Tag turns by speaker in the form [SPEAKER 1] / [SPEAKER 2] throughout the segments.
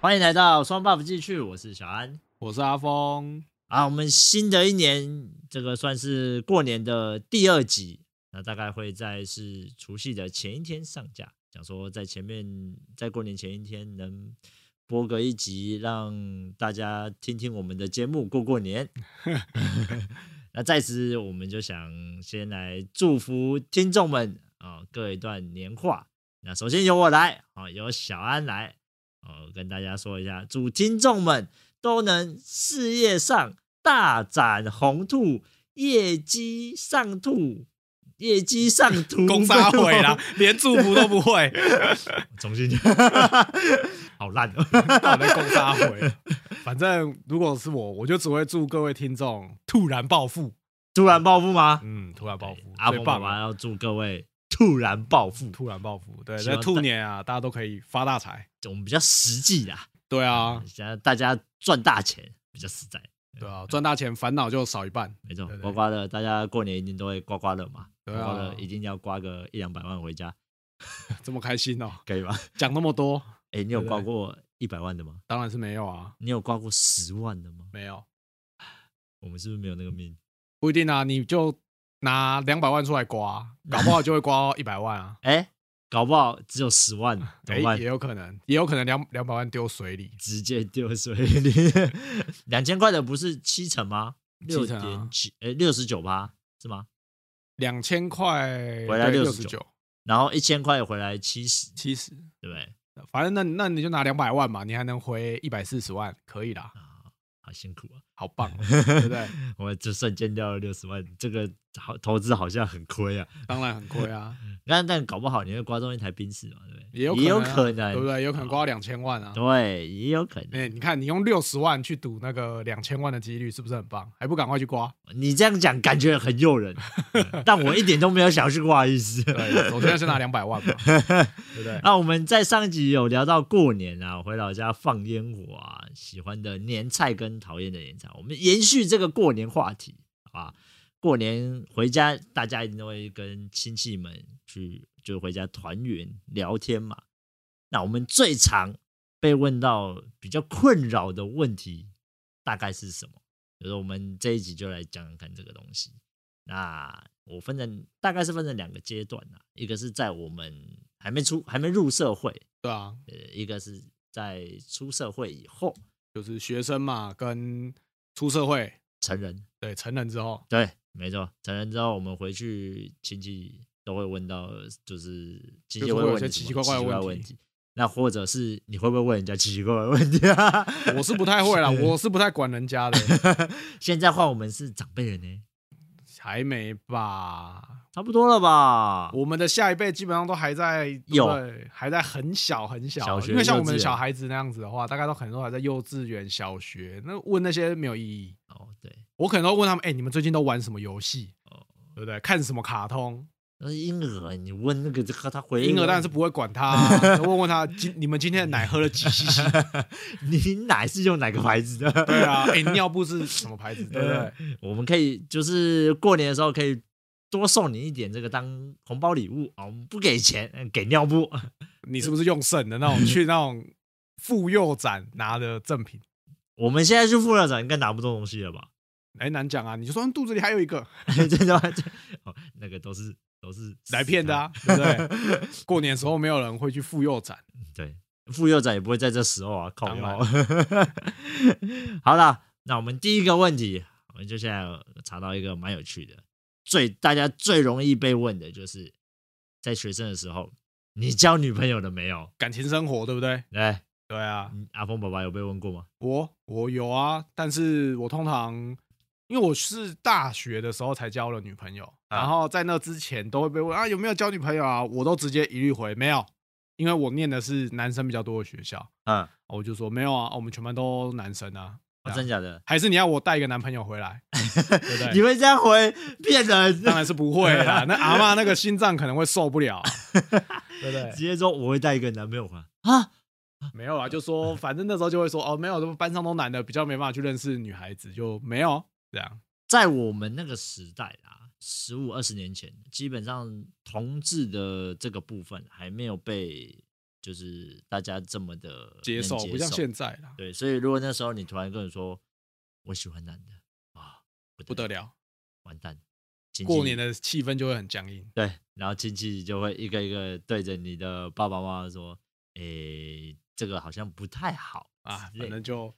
[SPEAKER 1] 欢迎来到双 buff 继续，我是小安
[SPEAKER 2] 我是阿峰，
[SPEAKER 1] 啊。我们新的一年，这个算是过年的第二集，那大概会在是除夕的前一天上架。想说在前面，在过年前一天能播个一集，让大家听听我们的节目，过过年。那在此，我们就想先来祝福听众们啊、各一段年话。那首先由我来，啊、由小安来，哦，跟大家说一下，祝听众们都能事业上大展宏图，业绩上兔，业绩上 图，
[SPEAKER 2] 公杀毁啦，连祝福都不 会，
[SPEAKER 1] 重新，好烂哦！
[SPEAKER 2] 到底在公杀毁。 反正如果是我，我就只会祝各位听众突然暴富，
[SPEAKER 1] 突然暴富吗？
[SPEAKER 2] 嗯，突然暴富，
[SPEAKER 1] 阿
[SPEAKER 2] 最
[SPEAKER 1] 峰爸
[SPEAKER 2] 棒
[SPEAKER 1] 爸
[SPEAKER 2] 了，
[SPEAKER 1] 要祝各位突然暴富，
[SPEAKER 2] 突然暴富。对，
[SPEAKER 1] 希
[SPEAKER 2] 在
[SPEAKER 1] 望
[SPEAKER 2] 兔
[SPEAKER 1] 大
[SPEAKER 2] 年啊，大家都可以发大财。
[SPEAKER 1] 我们比较实际啦，
[SPEAKER 2] 对啊，
[SPEAKER 1] 现在大家赚大钱比较实在，
[SPEAKER 2] 对啊，赚大钱烦恼就少一半。
[SPEAKER 1] 没错
[SPEAKER 2] 对，对
[SPEAKER 1] 刮刮乐，大家过年一定都会刮刮乐嘛，
[SPEAKER 2] 对
[SPEAKER 1] 刮刮乐
[SPEAKER 2] 啊，
[SPEAKER 1] 一定要刮个一两百万回家，
[SPEAKER 2] 这么开心哦，
[SPEAKER 1] 可以 吧？
[SPEAKER 2] 讲那么多，
[SPEAKER 1] 哎，你有
[SPEAKER 2] 对对
[SPEAKER 1] 刮过一百万的吗？
[SPEAKER 2] 当然是没有啊，
[SPEAKER 1] 你有刮过十万的吗？
[SPEAKER 2] 没有
[SPEAKER 1] 我们是不是没有那个命？
[SPEAKER 2] 不一定啊，你就拿两百万出来刮，搞不好就会刮到一百万 啊。
[SPEAKER 1] 哎，搞不好只有十 万，怎
[SPEAKER 2] 哎
[SPEAKER 1] 么，办
[SPEAKER 2] 也？有可能，也有可能两两百万丢水里，
[SPEAKER 1] 直接丢水里。 两千块的不是七成吗？六
[SPEAKER 2] 七成
[SPEAKER 1] 点
[SPEAKER 2] 啊
[SPEAKER 1] 九，哎，六十九趴是吗？
[SPEAKER 2] 两千块
[SPEAKER 1] 回来
[SPEAKER 2] 六
[SPEAKER 1] 69
[SPEAKER 2] 九
[SPEAKER 1] 然后一千块回来七十，
[SPEAKER 2] 七十，
[SPEAKER 1] 对不对？
[SPEAKER 2] 反正那那你就拿两百万嘛，你还能回一百四十万，可以啦，
[SPEAKER 1] 啊，好辛苦啊！
[SPEAKER 2] 好棒哦，对不对？
[SPEAKER 1] 我就瞬间掉了六十万，这个好投资好像很亏啊。
[SPEAKER 2] 当然很亏啊，
[SPEAKER 1] 但但搞不好你会刮中一台宾士嘛，对不对？
[SPEAKER 2] 也有
[SPEAKER 1] 也有
[SPEAKER 2] 可
[SPEAKER 1] 可
[SPEAKER 2] 能啊，
[SPEAKER 1] 能，
[SPEAKER 2] 对不对？有可能刮到两千万啊。
[SPEAKER 1] 对，也有可能。
[SPEAKER 2] 哎，你看，你用六十万去赌那个两千万的几率，是不是很棒？还不赶快去刮？
[SPEAKER 1] 你这样讲感觉很诱 人，嗯但我一点都没有想去刮的意思。
[SPEAKER 2] 对，首先是拿两百万嘛，对不对？
[SPEAKER 1] 那我们在上一集有聊到过年啊，回老家放烟火啊，喜欢的年菜跟讨厌的年菜，我们延续这个过年话题，好吧？过年回家，大家一定都会跟亲戚们去，就回家团圆聊天嘛。那我们最常被问到比较困扰的问题，大概是什么？就是我们这一集就来讲讲看这个东西。那我分成大概是分成两个阶段啊，一个是在我们还没出还没入社会，
[SPEAKER 2] 对啊，
[SPEAKER 1] 呃，一个是在出社会以后
[SPEAKER 2] 就是学生嘛，跟出社会，
[SPEAKER 1] 成人。
[SPEAKER 2] 对，成人之后，
[SPEAKER 1] 对，没错，成人之后我们回去亲戚都会问到，就是亲戚
[SPEAKER 2] 就是
[SPEAKER 1] 会
[SPEAKER 2] 会有
[SPEAKER 1] 问
[SPEAKER 2] 些
[SPEAKER 1] 你
[SPEAKER 2] 奇
[SPEAKER 1] 什么
[SPEAKER 2] 奇怪怪的问
[SPEAKER 1] 问
[SPEAKER 2] 题
[SPEAKER 1] 题。那或者是你会不会问人家奇奇怪怪的问题啊？
[SPEAKER 2] 我是不太会啦，我是不太管人家的，
[SPEAKER 1] 现在换我们是长辈了呢，
[SPEAKER 2] 还没吧？
[SPEAKER 1] 差不多了吧？
[SPEAKER 2] 我们的下一辈基本上都还在对不
[SPEAKER 1] 啊有
[SPEAKER 2] 对还在很小很小，
[SPEAKER 1] 小学
[SPEAKER 2] 因为像我
[SPEAKER 1] 幼
[SPEAKER 2] 们
[SPEAKER 1] 稚园
[SPEAKER 2] 的小孩子那样子的话，大概都可能都还在幼稚园、小学，那问那些没有意义。
[SPEAKER 1] 哦，对，
[SPEAKER 2] 我可能都问他们，哎、你们最近都玩什么游戏？
[SPEAKER 1] 哦，
[SPEAKER 2] 对不对？看什么卡通？
[SPEAKER 1] 那是婴儿，你问那个这个他回
[SPEAKER 2] 婴儿当然
[SPEAKER 1] 但
[SPEAKER 2] 是不会管他、 啊，问问他今你们今天的奶喝了几西西？
[SPEAKER 1] 你奶是用哪个牌子的？
[SPEAKER 2] 对啊，哎、尿布是什么牌子？对不对？
[SPEAKER 1] 我们可以就是过年的时候可以多送你一点这个当红包礼物啊，我们不给钱，嗯给尿布。
[SPEAKER 2] 你是不是用剩的那种去那种妇幼展拿的赠品？
[SPEAKER 1] 我们现在去副校长应该拿不动东西了吧？
[SPEAKER 2] 哎、难讲啊！你就说嗯肚子里还有一个
[SPEAKER 1] 真的吗？ 这哦，那个都是都是
[SPEAKER 2] 来骗的啊，对不对？过年的时候没有人会去妇幼展。
[SPEAKER 1] 对，妇幼展也不会在这时候啊，靠
[SPEAKER 2] 当
[SPEAKER 1] 腰。 好了，那我们第一个问题，我们就现在有查到一个蛮有趣的，最大家最容易被问的就是，在学生的时候，你交女朋友了没有？
[SPEAKER 2] 感情生活，对不对？
[SPEAKER 1] 来，
[SPEAKER 2] 对啊，
[SPEAKER 1] 嗯阿峰爸爸有被问过吗？
[SPEAKER 2] 我我有啊，但是我通常因为我是大学的时候才交了女朋友，
[SPEAKER 1] 啊
[SPEAKER 2] 然后在那之前都会被问啊有没有交女朋友啊，我都直接一律回没有，因为我念的是男生比较多的学校，
[SPEAKER 1] 嗯，
[SPEAKER 2] 我就说没有啊，我们全班都男生啊，
[SPEAKER 1] 哦、真假的？
[SPEAKER 2] 还是你要我带一个男朋友回来，对 不
[SPEAKER 1] 你
[SPEAKER 2] 对？
[SPEAKER 1] 会这样回骗人？
[SPEAKER 2] 当然是不会啦，那阿嬷那个心脏可能会受不了啊、对不对
[SPEAKER 1] 直？接说我会带一个男朋友回来啊？
[SPEAKER 2] 没有啦，就说反正那时候就会说哦，没有，班上都男的，比较没办法去认识女孩子，就没有这样。
[SPEAKER 1] 在我们那个时代啦，十五二十年前，基本上同志的这个部分还没有被就是大家这么的
[SPEAKER 2] 接受，不像现
[SPEAKER 1] 在。
[SPEAKER 2] 在啦，
[SPEAKER 1] 对，所以如果那时候你突然跟我说我喜欢男的啊，
[SPEAKER 2] 不
[SPEAKER 1] 不
[SPEAKER 2] 得
[SPEAKER 1] 了，
[SPEAKER 2] 了。
[SPEAKER 1] 完蛋！亲戚
[SPEAKER 2] 过年的气氛就会很僵硬。
[SPEAKER 1] 对，然后亲戚就会一个一个对着你的爸爸妈妈说：“诶、这个好像不太好
[SPEAKER 2] 啊，
[SPEAKER 1] 之类
[SPEAKER 2] 反正就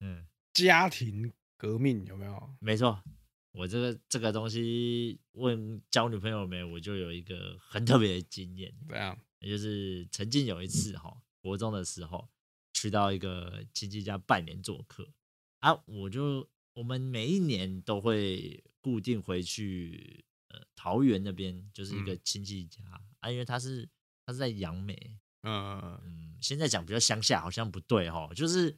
[SPEAKER 1] 嗯，
[SPEAKER 2] 家庭革命有没有？
[SPEAKER 1] 没错，我这个这个东西问交女朋友没，我就有一个很特别的经验，
[SPEAKER 2] 怎样？
[SPEAKER 1] 也就是曾经有一次哈，国中的时候去到一个亲戚家拜年做客啊，我就我们每一年都会固定回去呃桃园那边，就是
[SPEAKER 2] 嗯
[SPEAKER 1] 一个亲戚家、啊，因为他是他是在杨梅，
[SPEAKER 2] 嗯，
[SPEAKER 1] 嗯，现在讲比较乡下好像不对哈，就是，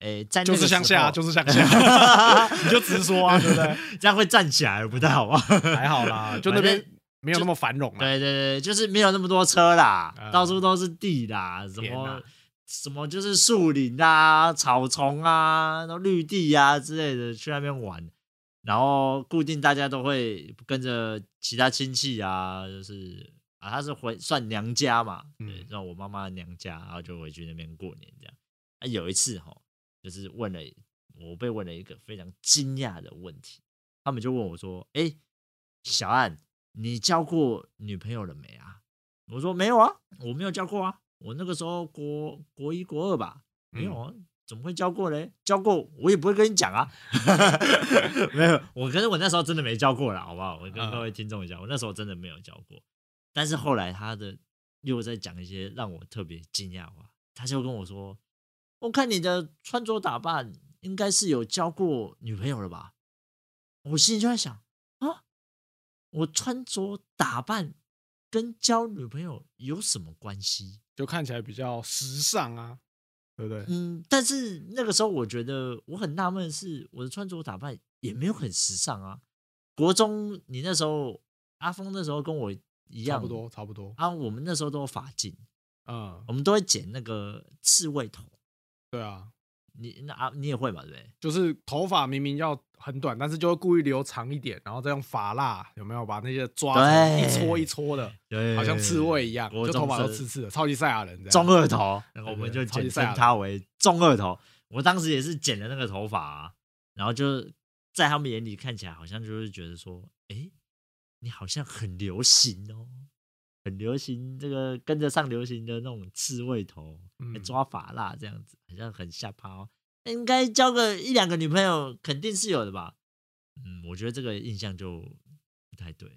[SPEAKER 1] 诶、在那
[SPEAKER 2] 就
[SPEAKER 1] 个
[SPEAKER 2] 是乡
[SPEAKER 1] 时候
[SPEAKER 2] 下，就是乡下， 你就直 说啊，对不对？
[SPEAKER 1] 这样会站起来不太好吧？
[SPEAKER 2] 还好啦，就那
[SPEAKER 1] 反
[SPEAKER 2] 边没有那么繁荣啊啦。
[SPEAKER 1] 对对对，就是没有那么多车啦，
[SPEAKER 2] 嗯
[SPEAKER 1] 到处都是地啦，什
[SPEAKER 2] 田
[SPEAKER 1] 么
[SPEAKER 2] 啊
[SPEAKER 1] 什么就是树林啊、草丛啊、然后绿地啊之类的，去那边玩。然后固定大家都会跟着其他亲戚啊，就是啊，他是回算娘家嘛，对
[SPEAKER 2] 嗯，
[SPEAKER 1] 让我妈妈的娘家，然后就回去那边过年这样。啊，有一次哈，就是问了我被问了一个非常惊讶的问题，他们就问我说：“哎、小安，你交过女朋友了没啊？”我说：“没有啊，我没有交过啊，我那个时候国国一国二吧，没有啊。怎么会交过嘞？交过我也不会跟你讲啊，没有，我可是我那时候真的没交过啦，好不好？我跟
[SPEAKER 2] 嗯
[SPEAKER 1] 各位听众讲，我那时候真的没有交过，但是后来他的又在讲一些让我特别惊讶的话，他就跟我说：“我看你的穿着打扮，应该是有交过女朋友了吧？”我心里就在想啊，我穿着打扮跟交女朋友有什么关系？
[SPEAKER 2] 就看起来比较时尚啊，对不对？
[SPEAKER 1] 嗯，但是那个时候我觉得我很纳闷的是，我的穿着打扮也没有很时尚啊。国中你那时候，阿峰那时候跟我一
[SPEAKER 2] 差
[SPEAKER 1] 样，
[SPEAKER 2] 不多，差不多。
[SPEAKER 1] 啊。我们那时候都有发髻，
[SPEAKER 2] 嗯，
[SPEAKER 1] 我们都会剪那个刺猬头。
[SPEAKER 2] 对啊，
[SPEAKER 1] 你那啊，你也会嘛，对不对？
[SPEAKER 2] 就是头发明明要很短，但是就会故意留长一点，然后再用发蜡，有没有把那些抓成
[SPEAKER 1] 对
[SPEAKER 2] 一撮一撮的，
[SPEAKER 1] 对
[SPEAKER 2] 好像刺猬一样，
[SPEAKER 1] 国
[SPEAKER 2] 就
[SPEAKER 1] 中
[SPEAKER 2] 头发都
[SPEAKER 1] 是
[SPEAKER 2] 刺刺的，超级赛亚人这样。
[SPEAKER 1] 中二头，然后
[SPEAKER 2] 对
[SPEAKER 1] 我们
[SPEAKER 2] 对
[SPEAKER 1] 就
[SPEAKER 2] 超级
[SPEAKER 1] 简
[SPEAKER 2] 赛亚
[SPEAKER 1] 称
[SPEAKER 2] 人
[SPEAKER 1] 他为中二头。我当时也是剪了那个头发、啊，然后就在他们眼里看起来好像就是觉得说，诶，你好像很流行哦，很流行这个跟着上流行的那种刺猬头，还
[SPEAKER 2] 嗯
[SPEAKER 1] 抓发蜡这样子，好像很下趴哦。应该交个一两个女朋友肯定是有的吧？嗯，我觉得这个印象就不太对。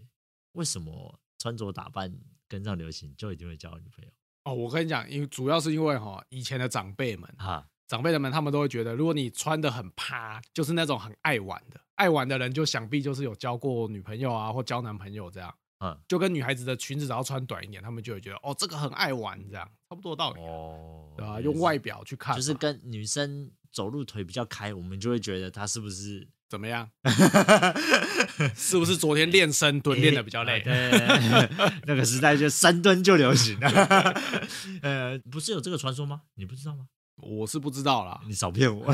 [SPEAKER 1] 为什么穿着打扮跟上流行就一定会交女朋友
[SPEAKER 2] 哦，我跟你讲，因为主要是因为哈，以前的长辈们，
[SPEAKER 1] 啊？
[SPEAKER 2] 长辈们他们都会觉得，如果你穿的很趴，就是那种很爱玩的，爱玩的人就想必就是有交过女朋友啊，或交男朋友这样。
[SPEAKER 1] 嗯
[SPEAKER 2] 就跟女孩子的裙子只要穿短一点，他们就会觉得哦，这个很爱玩这样，差不多道理啊。
[SPEAKER 1] 哦，
[SPEAKER 2] 对啊，
[SPEAKER 1] 也
[SPEAKER 2] 用
[SPEAKER 1] 是
[SPEAKER 2] 外表去看嘛，
[SPEAKER 1] 就是跟女生走路腿比较开，我们就会觉得她是不 是
[SPEAKER 2] 怎么样？是不是昨天练深蹲练的比较累？
[SPEAKER 1] 啊对， 那个时代就深蹲就流 行了。呃，不是有这个传说吗？你不知道吗？
[SPEAKER 2] 我是不知道啦，
[SPEAKER 1] 你少骗 我。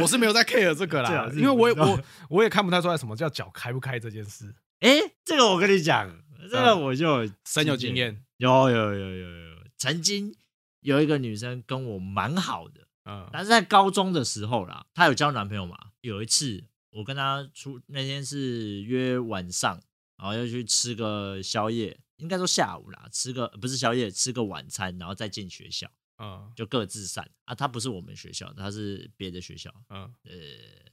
[SPEAKER 2] 我是没有在 care 这
[SPEAKER 1] 最
[SPEAKER 2] 个啦
[SPEAKER 1] 好，是
[SPEAKER 2] 因为我也
[SPEAKER 1] 不知道
[SPEAKER 2] 我我也看不太出来什么叫脚开不开这件事，
[SPEAKER 1] 哎，这个我跟你讲，这个我就有
[SPEAKER 2] 深有经，验。
[SPEAKER 1] 有有有有有，有曾经有一个女生跟我蛮好的，
[SPEAKER 2] 嗯
[SPEAKER 1] 但是在高中的时候啦，她有交男朋友嘛？有一次我跟她出那天是约晚上，然后要去吃个宵夜，应该说下午啦，吃个呃不是宵夜，吃个晚餐，然后再进学校，
[SPEAKER 2] 嗯
[SPEAKER 1] 就各自散啊。她不是我们学校，她是别的学校，
[SPEAKER 2] 嗯
[SPEAKER 1] 呃，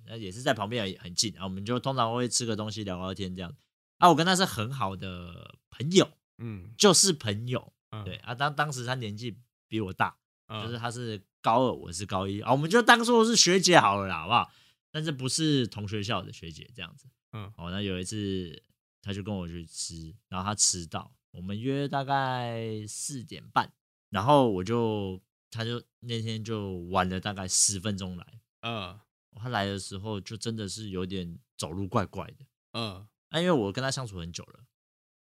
[SPEAKER 1] 那也是在旁边也很近啊。我们就通常会吃个东西聊聊天这样。啊，我跟她是很好的朋友，
[SPEAKER 2] 嗯
[SPEAKER 1] 就是朋友。
[SPEAKER 2] 嗯，
[SPEAKER 1] 对啊，当当时她年纪比我大，
[SPEAKER 2] 嗯，
[SPEAKER 1] 就是她是高二，我是高一啊，我们就当做是学姐好了啦，好不好？但是不是同学校的学姐这样子。
[SPEAKER 2] 嗯
[SPEAKER 1] 哦，那有一次她就跟我去吃，然后她迟到，我们约大概四点半，然后我就她就那天就晚了大概十分钟来，
[SPEAKER 2] 嗯
[SPEAKER 1] 她来的时候就真的是有点走路怪怪的。
[SPEAKER 2] 嗯
[SPEAKER 1] 啊那、因为我跟她相处很久了，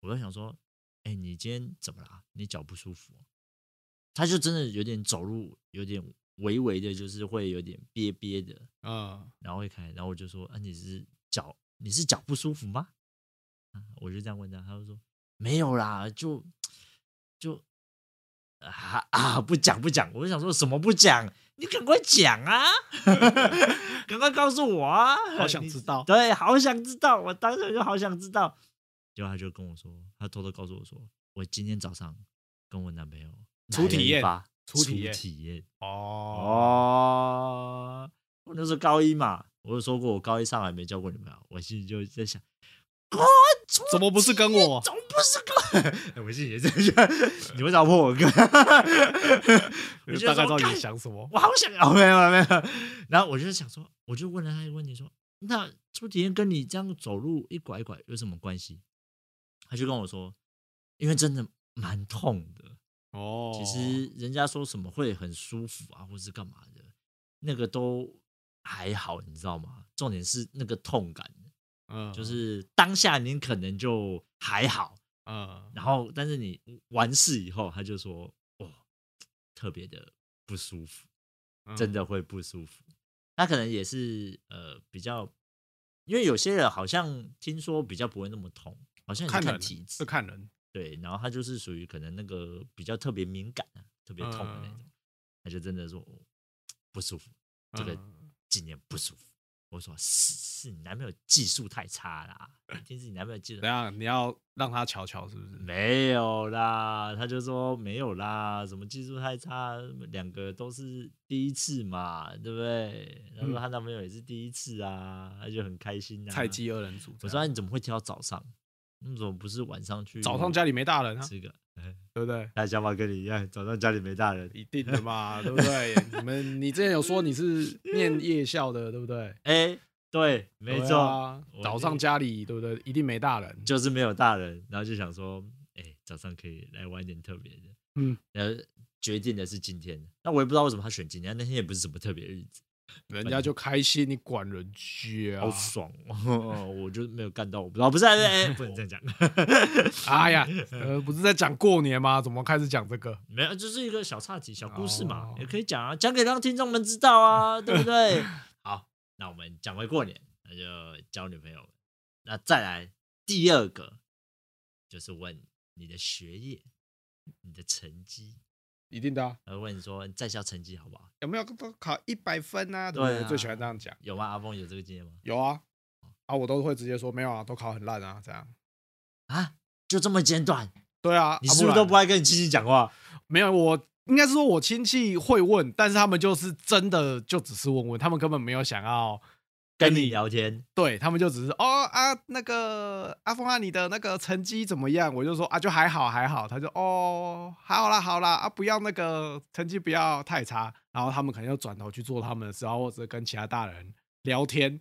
[SPEAKER 1] 我就想说，哎、你今天怎么啦？你脚不舒服哦、她就真的有点走路有点微微的，就是会有点憋憋的，
[SPEAKER 2] 嗯
[SPEAKER 1] 然后会开，然后我就说，啊，你是脚你是脚不舒服吗？啊，我就这样问她，她就说没有啦，就就啊啊，不讲不讲，我就想说什么不讲，你赶快讲啊， 赶快告诉我啊，
[SPEAKER 2] 好想知道
[SPEAKER 1] 你对，好想知道，我当时就好想知道，结果他就跟我说，他偷偷告诉我说，我今天早上跟我男朋友
[SPEAKER 2] 初
[SPEAKER 1] 来了
[SPEAKER 2] 体
[SPEAKER 1] 一
[SPEAKER 2] 验
[SPEAKER 1] 发
[SPEAKER 2] 初体验
[SPEAKER 1] 体验，
[SPEAKER 2] 哦
[SPEAKER 1] 哦，我那时候高一嘛，我就说过我高一上来没交过女朋友，我心里就在想，啊，
[SPEAKER 2] 怎么不是跟我哎
[SPEAKER 1] 怎么不 是跟我？我心里也在 想，你为啥破我哥？ 我 就
[SPEAKER 2] 大概知道
[SPEAKER 1] 说
[SPEAKER 2] 你
[SPEAKER 1] 干
[SPEAKER 2] 想什么。
[SPEAKER 1] 我好想哦，没有没有。然后我就想说，我就问了他一个问题说，那初体验跟你这样走路一拐一拐有什么关系？他就跟我说，因为真的蛮痛的。
[SPEAKER 2] 哦，
[SPEAKER 1] 其实人家说什么会很舒服啊，或是干嘛的，那个都还好，你知道吗？重点是那个痛感，
[SPEAKER 2] 嗯，
[SPEAKER 1] 就是当下你可能就还好，
[SPEAKER 2] 嗯，
[SPEAKER 1] 然后但是你完事以后，他就说哦，特别的不舒服，
[SPEAKER 2] 嗯
[SPEAKER 1] 真的会不舒服。那可能也是呃比较，因为有些人好像听说比较不会那么痛，好像也是
[SPEAKER 2] 看人
[SPEAKER 1] 看体质
[SPEAKER 2] 是，看人，
[SPEAKER 1] 对，然后他就是属于可能那个比较特别敏感、啊、特别痛的
[SPEAKER 2] 嗯
[SPEAKER 1] 那种，他就真的说、哦不舒服，这个
[SPEAKER 2] 嗯
[SPEAKER 1] 今年不舒服。我说是是你男朋友技术太差啦，一定是你男朋友技术
[SPEAKER 2] 怎样？你要让他瞧瞧是不是？
[SPEAKER 1] 没有啦，他就说没有啦，什么技术太差，两个都是第一次嘛，对不对？他说
[SPEAKER 2] 嗯
[SPEAKER 1] 她男朋友也是第一次啊，他就很开心啊。
[SPEAKER 2] 菜鸡二人组这
[SPEAKER 1] 我
[SPEAKER 2] 样，
[SPEAKER 1] 说、啊、你怎么会挑早上？你怎么不是晚上去？
[SPEAKER 2] 早上家里没大人啊，
[SPEAKER 1] 吃个。 哎
[SPEAKER 2] 对不对？
[SPEAKER 1] 他想法跟你一样，早上家里没大 人。
[SPEAKER 2] 一定 的嘛，对不对？你们你之前有说你是念夜校的，对不对？
[SPEAKER 1] 哎、对，没
[SPEAKER 2] 对
[SPEAKER 1] 错，
[SPEAKER 2] 啊
[SPEAKER 1] 我
[SPEAKER 2] 早
[SPEAKER 1] 那
[SPEAKER 2] 上
[SPEAKER 1] 个
[SPEAKER 2] 家里对不对？一定没大人，
[SPEAKER 1] 就是没有大人，然后就想说，哎、早上可以来玩一点特别的。
[SPEAKER 2] 嗯，
[SPEAKER 1] 然后决定的是今天，那我也不知道为什么他选今天，那天也不是什么特别日子，
[SPEAKER 2] 人家就开心，你管人家
[SPEAKER 1] 好？
[SPEAKER 2] 啊
[SPEAKER 1] 爽 哦，我就没有干到，我不知道，不是， 哎、不能这样讲，
[SPEAKER 2] 哎呀，呃，不是在讲过年吗？怎么开始讲这个？
[SPEAKER 1] 没有，就是一个小岔题、小故事嘛，
[SPEAKER 2] 哦
[SPEAKER 1] 也可以讲啊，讲给让听众们知道 啊，对不对？好，那我们讲回过年，那就交女朋友。那再来第二个，就是问你的学业、你的成绩，
[SPEAKER 2] 一定的啊，
[SPEAKER 1] 而问你说在校成绩好不好？
[SPEAKER 2] 有没有都考一百分啊？对不
[SPEAKER 1] 对
[SPEAKER 2] 对？
[SPEAKER 1] 啊
[SPEAKER 2] 最喜欢这样讲。
[SPEAKER 1] 有吗？阿峰有这个经验吗？
[SPEAKER 2] 有啊，啊，我都会直接说没有啊，都考很烂啊，这样。
[SPEAKER 1] 啊，就这么简短，
[SPEAKER 2] 对啊，
[SPEAKER 1] 你
[SPEAKER 2] 啊
[SPEAKER 1] 是不是都不
[SPEAKER 2] 然
[SPEAKER 1] 爱跟你亲戚讲话？
[SPEAKER 2] 没有我？应该是说我亲戚会问，但是他们就是真的就只是问问，他们根本没有想要
[SPEAKER 1] 跟你聊天，
[SPEAKER 2] 对他们就只是哦啊，那个阿峰啊，你的那个成绩怎么样？我就说啊，就还好还好。他就哦，好啦好啦啊，不要那个成绩不要太差。然后他们可能又转头去做他们的事，然后或者跟其他大人聊天，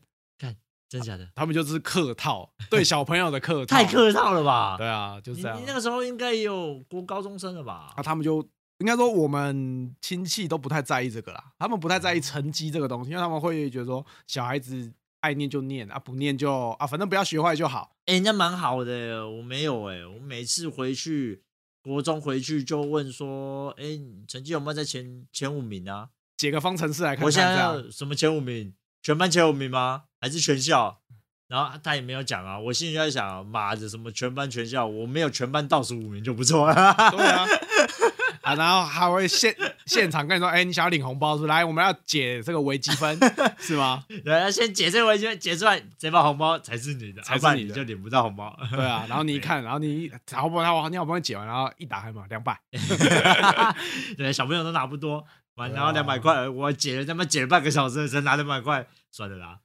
[SPEAKER 1] 真假的？
[SPEAKER 2] 他们就是客套，对小朋友的客套，
[SPEAKER 1] 太客套了吧？
[SPEAKER 2] 对啊，就是
[SPEAKER 1] 你
[SPEAKER 2] 这样
[SPEAKER 1] 你。那个时候应该也有国高中生了吧
[SPEAKER 2] 啊，？他们就应该说我们亲戚都不太在意这个啦，他们不太在意成绩这个东西，因为他们会觉得说小孩子爱念就念啊，不念就啊，反正不要学坏就好。
[SPEAKER 1] 哎、那蛮好的耶，我没有哎，我每次回去国中回去就问说，哎、你成绩有没有在前前五名啊？
[SPEAKER 2] 解个方程式来看
[SPEAKER 1] 我
[SPEAKER 2] 看，
[SPEAKER 1] 现在
[SPEAKER 2] 这样
[SPEAKER 1] 要什么前五名？全班前五名吗？还是全校？然后他也没有讲啊，我心里就在想，妈的，什么全班全校，我没有全班倒数五名就不错了。
[SPEAKER 2] 对啊，啊， 然后还会现现场跟你说，哎、你想要领红包是不是来，我们要解这个微积分 是吗？
[SPEAKER 1] 对啊，先解这围圈，解出来，这包红包才是你的，啊
[SPEAKER 2] 才是
[SPEAKER 1] 要不然
[SPEAKER 2] 你的
[SPEAKER 1] 就领不到红包。
[SPEAKER 2] 对啊，然后你一看，然后你好不容易你好不容易解完，然后一打开嘛，两百，
[SPEAKER 1] 对，小朋友都拿不多，完
[SPEAKER 2] 对啊
[SPEAKER 1] 然后两百块，我解了他妈解了半个小时，才拿两百块，算了 啦，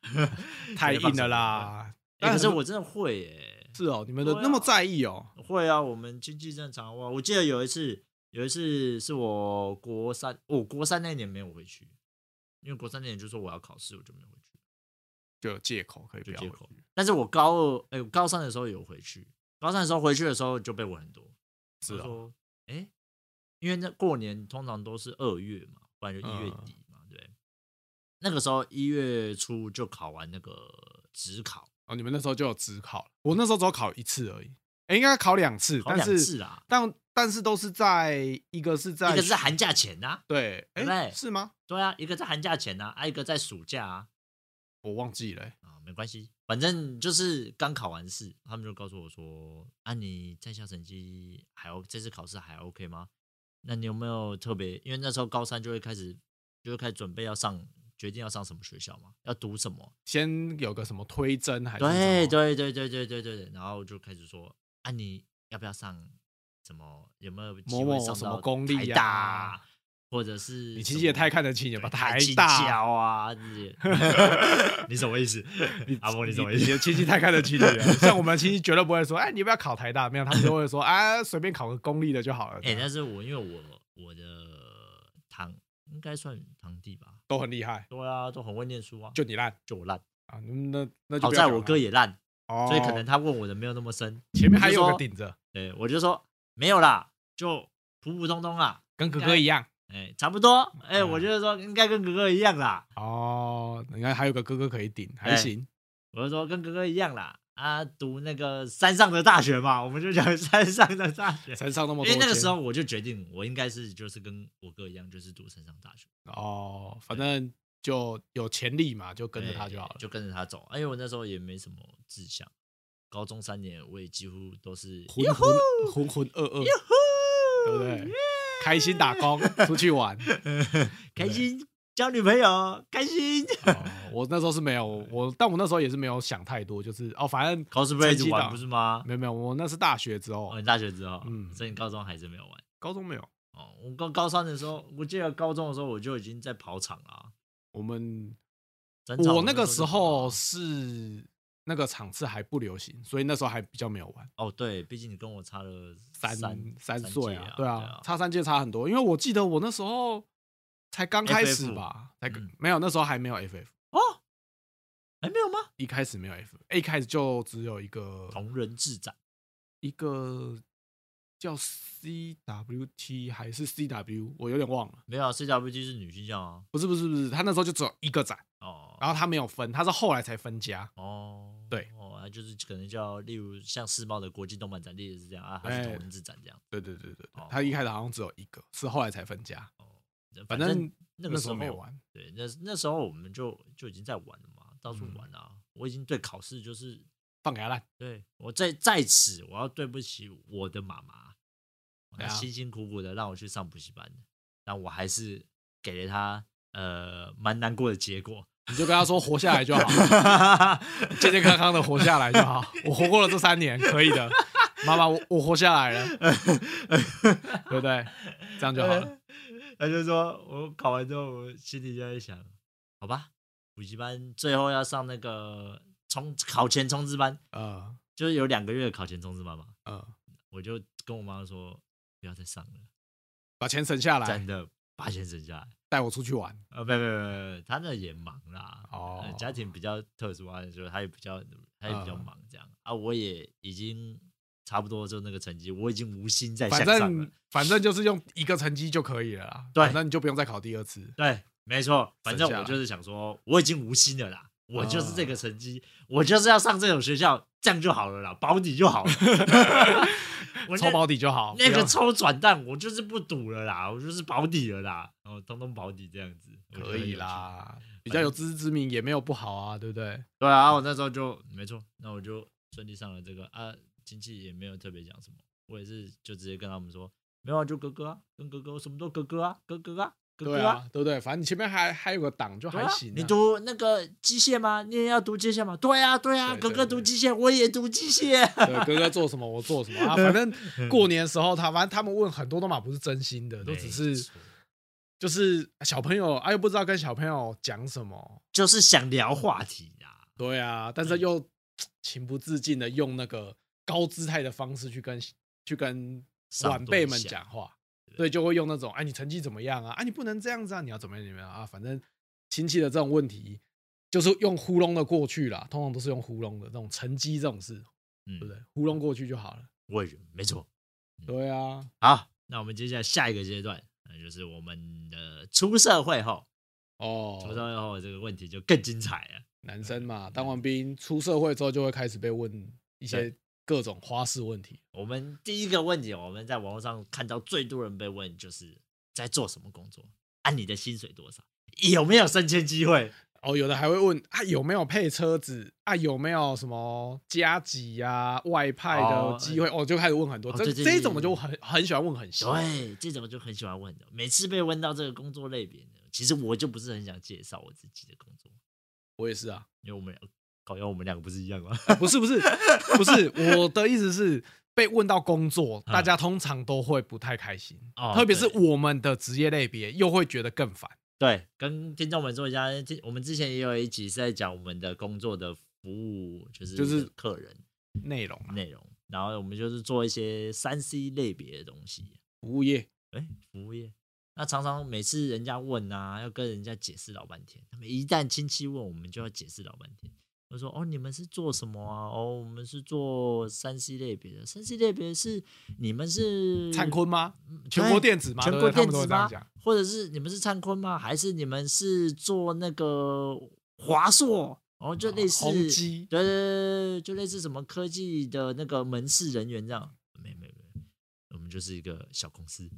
[SPEAKER 2] 太硬了
[SPEAKER 1] 哎。
[SPEAKER 2] 啦。
[SPEAKER 1] 可 是
[SPEAKER 2] 很
[SPEAKER 1] 我真的会耶，
[SPEAKER 2] 是哦，你们的
[SPEAKER 1] 对啊
[SPEAKER 2] 那么在意哦，
[SPEAKER 1] 会啊，我们经济正常哇。我记得有一次，有一次是我国三，我国三那年没有回去，因为国三那年就说我要考试，我就没有回去。
[SPEAKER 2] 就有借口可以不
[SPEAKER 1] 就
[SPEAKER 2] 要
[SPEAKER 1] 借
[SPEAKER 2] 回
[SPEAKER 1] 口
[SPEAKER 2] 去。
[SPEAKER 1] 但是我高二，哎、我高三的时候有回去，高三的时候回去的时候就被问很多，
[SPEAKER 2] 是
[SPEAKER 1] 我
[SPEAKER 2] 哦
[SPEAKER 1] 说，哎、因为那过年通常都是二月嘛，不然就一月
[SPEAKER 2] 嗯
[SPEAKER 1] 底嘛，对。那个时候一月初就考完那个职考，
[SPEAKER 2] 哦，你们那时候就有只考了，我那时候只有考一次而已，哎、应该考两次，
[SPEAKER 1] 考
[SPEAKER 2] 但
[SPEAKER 1] 两次
[SPEAKER 2] 是
[SPEAKER 1] 啦，
[SPEAKER 2] 但但是都是在一个是在
[SPEAKER 1] 一个是在寒假前呐、啊，
[SPEAKER 2] 对，
[SPEAKER 1] 对
[SPEAKER 2] 哎、
[SPEAKER 1] 不对
[SPEAKER 2] 是吗？
[SPEAKER 1] 对啊，一个在寒假前呐、啊，啊一个在暑假啊，
[SPEAKER 2] 我忘记了、哎
[SPEAKER 1] 啊没关系，反正就是刚考完试，他们就告诉我说，啊你在校成绩还 O，这次考试还 OK 吗？那你有没有特别？因为那时候高三就会开始，就会开始准备要上，决定要上什么学校嘛，要读什么。
[SPEAKER 2] 先有个什么推甄还是
[SPEAKER 1] 对
[SPEAKER 2] 什么
[SPEAKER 1] 对对对对对对对，然后就开始说啊，你要不要上什么？有没有机
[SPEAKER 2] 某
[SPEAKER 1] 会
[SPEAKER 2] 某
[SPEAKER 1] 上
[SPEAKER 2] 什么
[SPEAKER 1] 到
[SPEAKER 2] 公
[SPEAKER 1] 台
[SPEAKER 2] 立
[SPEAKER 1] 大
[SPEAKER 2] 啊
[SPEAKER 1] 啊？或者是
[SPEAKER 2] 你其
[SPEAKER 1] 什
[SPEAKER 2] 实也
[SPEAKER 1] 么
[SPEAKER 2] 太看得起人吧，
[SPEAKER 1] 对
[SPEAKER 2] 台
[SPEAKER 1] 清
[SPEAKER 2] 大，
[SPEAKER 1] 教啊，这些 你什么意思？阿莫，你什么意
[SPEAKER 2] 你
[SPEAKER 1] 思？
[SPEAKER 2] 的亲戚太看得起你了。像我们亲戚绝对不会说，哎，你要不要考台大？没有，他们都会说，啊，随便考个公立的就好了。
[SPEAKER 1] 哎、但是我因为我我的堂应该算堂弟吧，
[SPEAKER 2] 都很厉害，
[SPEAKER 1] 对啊，都很会念书啊，
[SPEAKER 2] 就你烂
[SPEAKER 1] 就我烂，
[SPEAKER 2] 啊，那那就
[SPEAKER 1] 好
[SPEAKER 2] 不要
[SPEAKER 1] 在
[SPEAKER 2] 讲
[SPEAKER 1] 我
[SPEAKER 2] 了
[SPEAKER 1] 哥，也烂，
[SPEAKER 2] 哦
[SPEAKER 1] 所以可能他问我的没有那么深。
[SPEAKER 2] 前面
[SPEAKER 1] 我
[SPEAKER 2] 还
[SPEAKER 1] 就
[SPEAKER 2] 有个
[SPEAKER 1] 说
[SPEAKER 2] 顶着，
[SPEAKER 1] 对，我就说没有啦，就普普通通啊啦，
[SPEAKER 2] 跟哥哥一样。
[SPEAKER 1] 哎、差不多，哎、
[SPEAKER 2] 嗯
[SPEAKER 1] 我就是说应该跟哥哥一样啦，
[SPEAKER 2] 哦，你看还有个哥哥可以顶，还
[SPEAKER 1] 哎
[SPEAKER 2] 行。
[SPEAKER 1] 我就说跟哥哥一样啦，啊，读那个山上的大学嘛，我们就讲山上的大学。
[SPEAKER 2] 山上那么
[SPEAKER 1] 因
[SPEAKER 2] 多间，
[SPEAKER 1] 为那个时候我就决定，我应该是就是跟我哥一样，就是读山上大学，
[SPEAKER 2] 哦，反正就有潜力嘛，就跟着他就好了
[SPEAKER 1] 哎对。就跟着他走。哎，我那时候也没什么志向，高中三年我也几乎都是
[SPEAKER 2] 浑
[SPEAKER 1] 哟
[SPEAKER 2] 浑
[SPEAKER 1] 呼
[SPEAKER 2] 浑浑噩噩，
[SPEAKER 1] 哟呼
[SPEAKER 2] 对不
[SPEAKER 1] 嗯
[SPEAKER 2] 对？开心 打工，出去玩。
[SPEAKER 1] 耶 开心交女朋友，开 心
[SPEAKER 2] 哦我那时候是没有，我但我那时候也是没有想太多，就是哦，反正
[SPEAKER 1] cosplay 一直
[SPEAKER 2] 成绩
[SPEAKER 1] 玩
[SPEAKER 2] 的
[SPEAKER 1] 不是吗？
[SPEAKER 2] 没有没有，我那是大学之后
[SPEAKER 1] 哦，，你大学之后，
[SPEAKER 2] 嗯
[SPEAKER 1] 所以你高中还是没有玩。
[SPEAKER 2] 高中没有。
[SPEAKER 1] 哦，我高高三的时候，我记得高中的时候我就已经在跑场了啊。
[SPEAKER 2] 我们
[SPEAKER 1] 整场
[SPEAKER 2] 我那个时
[SPEAKER 1] 就跑
[SPEAKER 2] 候
[SPEAKER 1] 了
[SPEAKER 2] 是那个场次还不流行，所以那时候还比较没有玩。
[SPEAKER 1] 啊哦，对，毕竟你跟我差了
[SPEAKER 2] 三
[SPEAKER 1] 三
[SPEAKER 2] 三
[SPEAKER 1] 届
[SPEAKER 2] 岁
[SPEAKER 1] 啊，
[SPEAKER 2] 对
[SPEAKER 1] 啊
[SPEAKER 2] 啊，，差三届差很多。因为我记得我那时候才刚开始
[SPEAKER 1] FF
[SPEAKER 2] 吧，才刚
[SPEAKER 1] 嗯
[SPEAKER 2] 没有那时候还没有 FF，
[SPEAKER 1] 哦，还哎没有吗？
[SPEAKER 2] 一开始没有 F，一开始就只有一个
[SPEAKER 1] 同人志展。
[SPEAKER 2] 一个叫 CWT 还是 CW，我有点忘了。
[SPEAKER 1] 没有啊，CWG 是女性向啊。
[SPEAKER 2] 不是不是不是，他那时候就只有一个展，
[SPEAKER 1] 哦，
[SPEAKER 2] 然后他没有分，他是后来才分家。
[SPEAKER 1] 哦，
[SPEAKER 2] 啊对
[SPEAKER 1] 哦，那就是可能叫，例如像世贸的国际动漫展，例如是这样啊，还
[SPEAKER 2] 哎
[SPEAKER 1] 是同人志展这样。
[SPEAKER 2] 对对对对对
[SPEAKER 1] 哦，
[SPEAKER 2] 他一开始好像只有一个，是后来才分家。
[SPEAKER 1] 反
[SPEAKER 2] 反
[SPEAKER 1] 正
[SPEAKER 2] 正
[SPEAKER 1] 那个
[SPEAKER 2] 时
[SPEAKER 1] 候
[SPEAKER 2] 候没有。玩，
[SPEAKER 1] 对，那那时候我们就就已经在玩了嘛，到处
[SPEAKER 2] 嗯
[SPEAKER 1] 玩啊。我已经对考试就是，
[SPEAKER 2] 放给他烂。
[SPEAKER 1] 对我在在此我要对不起我的妈妈，
[SPEAKER 2] 对
[SPEAKER 1] 她
[SPEAKER 2] 啊
[SPEAKER 1] 辛辛苦苦的让我去上补习班，但我还是给了她呃蛮难过的结 果。
[SPEAKER 2] 你就跟他说活下来就 好，健健康康的活下来就 好。我活过了这三年，可以的，妈妈，我我活下来了，对不对？这样就好 了。
[SPEAKER 1] 他就说我考完之后，我心里就在想，好吧，补习班最后要上那个冲考前冲刺班，
[SPEAKER 2] 呃
[SPEAKER 1] 就是有两个月的考前冲刺班嘛，
[SPEAKER 2] 呃，
[SPEAKER 1] 我就跟我妈说不要再上了，
[SPEAKER 2] 把钱省下来
[SPEAKER 1] 真，的把钱省下来。
[SPEAKER 2] 带我出去玩。
[SPEAKER 1] 呃，不不不不，他那也忙啦，
[SPEAKER 2] 哦
[SPEAKER 1] 呃家庭比较特殊啊，就是他也比较他也比较
[SPEAKER 2] 嗯
[SPEAKER 1] 忙这样啊，我也已经差不多就那个成绩，我已经无心再向
[SPEAKER 2] 反
[SPEAKER 1] 上了
[SPEAKER 2] 正。反正就是用一个成绩就可以了啦，
[SPEAKER 1] 对
[SPEAKER 2] 反正你就不用再考第二次。
[SPEAKER 1] 对，没错，反正
[SPEAKER 2] 省下
[SPEAKER 1] 我
[SPEAKER 2] 来
[SPEAKER 1] 就是想说，我已经无心了啦，我就是这个
[SPEAKER 2] 啊
[SPEAKER 1] 成绩，我就是要上这种学校，这样就好了啦，保底就好 了。我
[SPEAKER 2] 抽
[SPEAKER 1] 那
[SPEAKER 2] 保底就好，
[SPEAKER 1] 那
[SPEAKER 2] 不
[SPEAKER 1] 个
[SPEAKER 2] 用
[SPEAKER 1] 抽转蛋，我就是不赌了啦，我就是保底了啦，然后通通保底这样子我觉得
[SPEAKER 2] 可
[SPEAKER 1] 很有
[SPEAKER 2] 以
[SPEAKER 1] 趣
[SPEAKER 2] 啦，比较有自知之明也没有不好啊，对不对？
[SPEAKER 1] 对啊，我那时候就没错，那我就顺利上了这个啊，亲戚也没有特别讲什么，我也是就直接跟他们说，没有啊，就哥哥啊，跟哥哥我什么都哥哥啊，哥哥啊，哥
[SPEAKER 2] 对
[SPEAKER 1] 哥啊，
[SPEAKER 2] 啊，对不对？反正你前面还还有个档就
[SPEAKER 1] 对
[SPEAKER 2] 还
[SPEAKER 1] 啊
[SPEAKER 2] 行啊。
[SPEAKER 1] 你读那个机械吗？你也要读机械吗？对啊，对啊，
[SPEAKER 2] 对
[SPEAKER 1] 哥
[SPEAKER 2] 对
[SPEAKER 1] 哥读
[SPEAKER 2] 对
[SPEAKER 1] 机械，我也读机械。
[SPEAKER 2] 对，哥哥做什么我做什么啊。反正过年的时候他，反正他们问很多都嘛不是真心的， 都只
[SPEAKER 1] 没
[SPEAKER 2] 是
[SPEAKER 1] 错
[SPEAKER 2] 就是小朋友啊，又不知道跟小朋友讲什么。
[SPEAKER 1] 就是想聊话题啦。
[SPEAKER 2] 对啊，但
[SPEAKER 1] 嗯
[SPEAKER 2] 是又情不自禁的用那个高姿态的方式去跟去跟
[SPEAKER 1] 上
[SPEAKER 2] 晚辈们
[SPEAKER 1] 对象
[SPEAKER 2] 讲话，对，就会用那种哎、你成绩怎么样啊？啊，你不能这样子啊，你要怎么样怎么样啊？反正亲戚的这种问题，就是用糊弄的过去啦，通常都是用糊弄的那种成绩这种事，
[SPEAKER 1] 嗯，
[SPEAKER 2] 对不对？糊弄过去就好了。
[SPEAKER 1] 我也觉得没错。嗯
[SPEAKER 2] 对啊，
[SPEAKER 1] 好，那我们接下来下一个阶段，那就是我们的出社会后，
[SPEAKER 2] 哦，
[SPEAKER 1] 出社会后这个问题就更精彩了。
[SPEAKER 2] 男生嘛，
[SPEAKER 1] 嗯
[SPEAKER 2] 当完兵出社会之后，就会开始被问一些各种花式问题。
[SPEAKER 1] 我们第一个问题，我们在网络上看到最多人被啊问，就是在做什么工作？按、你的薪水多少？有没有升迁机会？
[SPEAKER 2] 哦，有的还会问啊有没有配车子啊有没有什么加急呀、外派的
[SPEAKER 1] 哦
[SPEAKER 2] 机会哦就开始问很多，
[SPEAKER 1] 哦
[SPEAKER 2] 这
[SPEAKER 1] 对对
[SPEAKER 2] 这一
[SPEAKER 1] 对
[SPEAKER 2] 种我
[SPEAKER 1] 对
[SPEAKER 2] 就很很喜欢问很细。
[SPEAKER 1] 对，这种我就很喜欢问的。每次被问到这个工作类别呢，其实我就不是很想介绍我自己的工作，
[SPEAKER 2] 我也是啊，
[SPEAKER 1] 因为我们两搞像我们两个不是一样吗？
[SPEAKER 2] 啊不是不是不是，我的意思是被问到工作，大
[SPEAKER 1] 嗯
[SPEAKER 2] 家通常都会不太开心，
[SPEAKER 1] 哦
[SPEAKER 2] 特别是
[SPEAKER 1] 对
[SPEAKER 2] 我们的职业类别又会觉得更烦。
[SPEAKER 1] 对，跟听众们说一下，听我们之前也有一集是在讲我们的工作的服务，就是
[SPEAKER 2] 就是
[SPEAKER 1] 客人
[SPEAKER 2] 内容啊，
[SPEAKER 1] 内容，然后我们就是做一些三 C 类别的东西，
[SPEAKER 2] 服务业
[SPEAKER 1] 哎，服务业。那常常每次人家问啊，要跟人家解释老半天。他们一旦亲戚问，我们就要解释老半天。我说哦，你们是做什么啊？哦，我们是做三 C 类别的。三 C 类别是你们是
[SPEAKER 2] 灿坤吗？
[SPEAKER 1] 嗯
[SPEAKER 2] 全国电子吗？
[SPEAKER 1] 全
[SPEAKER 2] 对不
[SPEAKER 1] 国
[SPEAKER 2] 对他
[SPEAKER 1] 电
[SPEAKER 2] 们都
[SPEAKER 1] 子
[SPEAKER 2] 会这样
[SPEAKER 1] 吗
[SPEAKER 2] 讲。？
[SPEAKER 1] 或者是你们是灿坤吗？还是你们是做那个华硕？然后就类似，
[SPEAKER 2] 宏基
[SPEAKER 1] 对对对对，就类似什么科技的那个门市人员这样。没没没，我们就是一个小公司。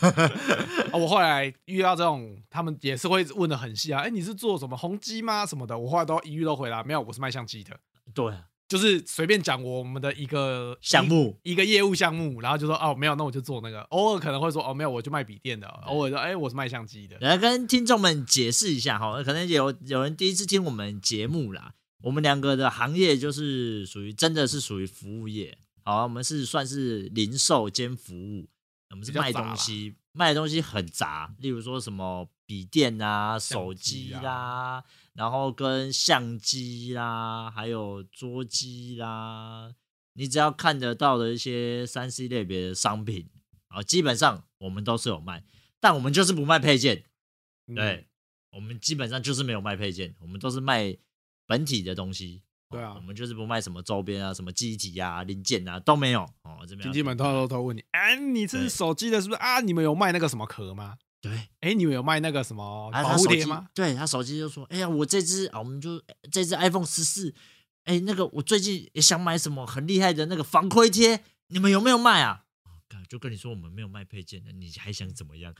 [SPEAKER 2] 啊，我后来遇到这种，他们也是会问的很细啊。哎、你是做什么宏基吗？什么的？我后来都一律都回答没有，我是卖相机的，
[SPEAKER 1] 对啊，
[SPEAKER 2] 就是随便讲我们的一个
[SPEAKER 1] 项目
[SPEAKER 2] 一，一个业务项目，然后就说哦没有，那我就做那个。偶尔可能会说哦没有，我就卖笔电的。偶尔说哎、我是卖相机的。
[SPEAKER 1] 来跟听众们解释一下哈，可能有有人第一次听我们节目啦。我们两个的行业就是属于真的是属于服务业，好，我们是算是零售兼服务，我们是
[SPEAKER 2] 比较
[SPEAKER 1] 卖
[SPEAKER 2] 杂
[SPEAKER 1] 东
[SPEAKER 2] 啦
[SPEAKER 1] 西，卖的东西很杂，例如说什么笔电啊、手
[SPEAKER 2] 机
[SPEAKER 1] 机
[SPEAKER 2] 啊
[SPEAKER 1] 啦、然后跟相机啦，还有桌机啦，你只要看得到的一些三 C 类别的商品，啊，基本上我们都是有卖，但我们就是不卖配件，
[SPEAKER 2] 嗯
[SPEAKER 1] 对，我们基本上就是没有卖配件，我们都是卖本体的东西。哦
[SPEAKER 2] 对啊
[SPEAKER 1] 我们就是不卖什么周边啊、什么机体啊、零件啊都没有哦。这边
[SPEAKER 2] 亲戚们偷偷偷问你，哎、你是
[SPEAKER 1] 对
[SPEAKER 2] 手机的，是不是啊？你们有卖那个什么壳吗？
[SPEAKER 1] 对，
[SPEAKER 2] 哎、你们有卖那个什么
[SPEAKER 1] 啊，
[SPEAKER 2] 保
[SPEAKER 1] 他
[SPEAKER 2] 护
[SPEAKER 1] 手
[SPEAKER 2] 贴
[SPEAKER 1] 机
[SPEAKER 2] 吗？？
[SPEAKER 1] 对他手机就说：“哎呀，我这只啊，我们就这只 iPhone 十四，哎，那个我最近也想买什么很厉害的那个防窥贴，你们有没有卖啊？”哦干就跟你说我们没有卖配件的，你还想怎么样？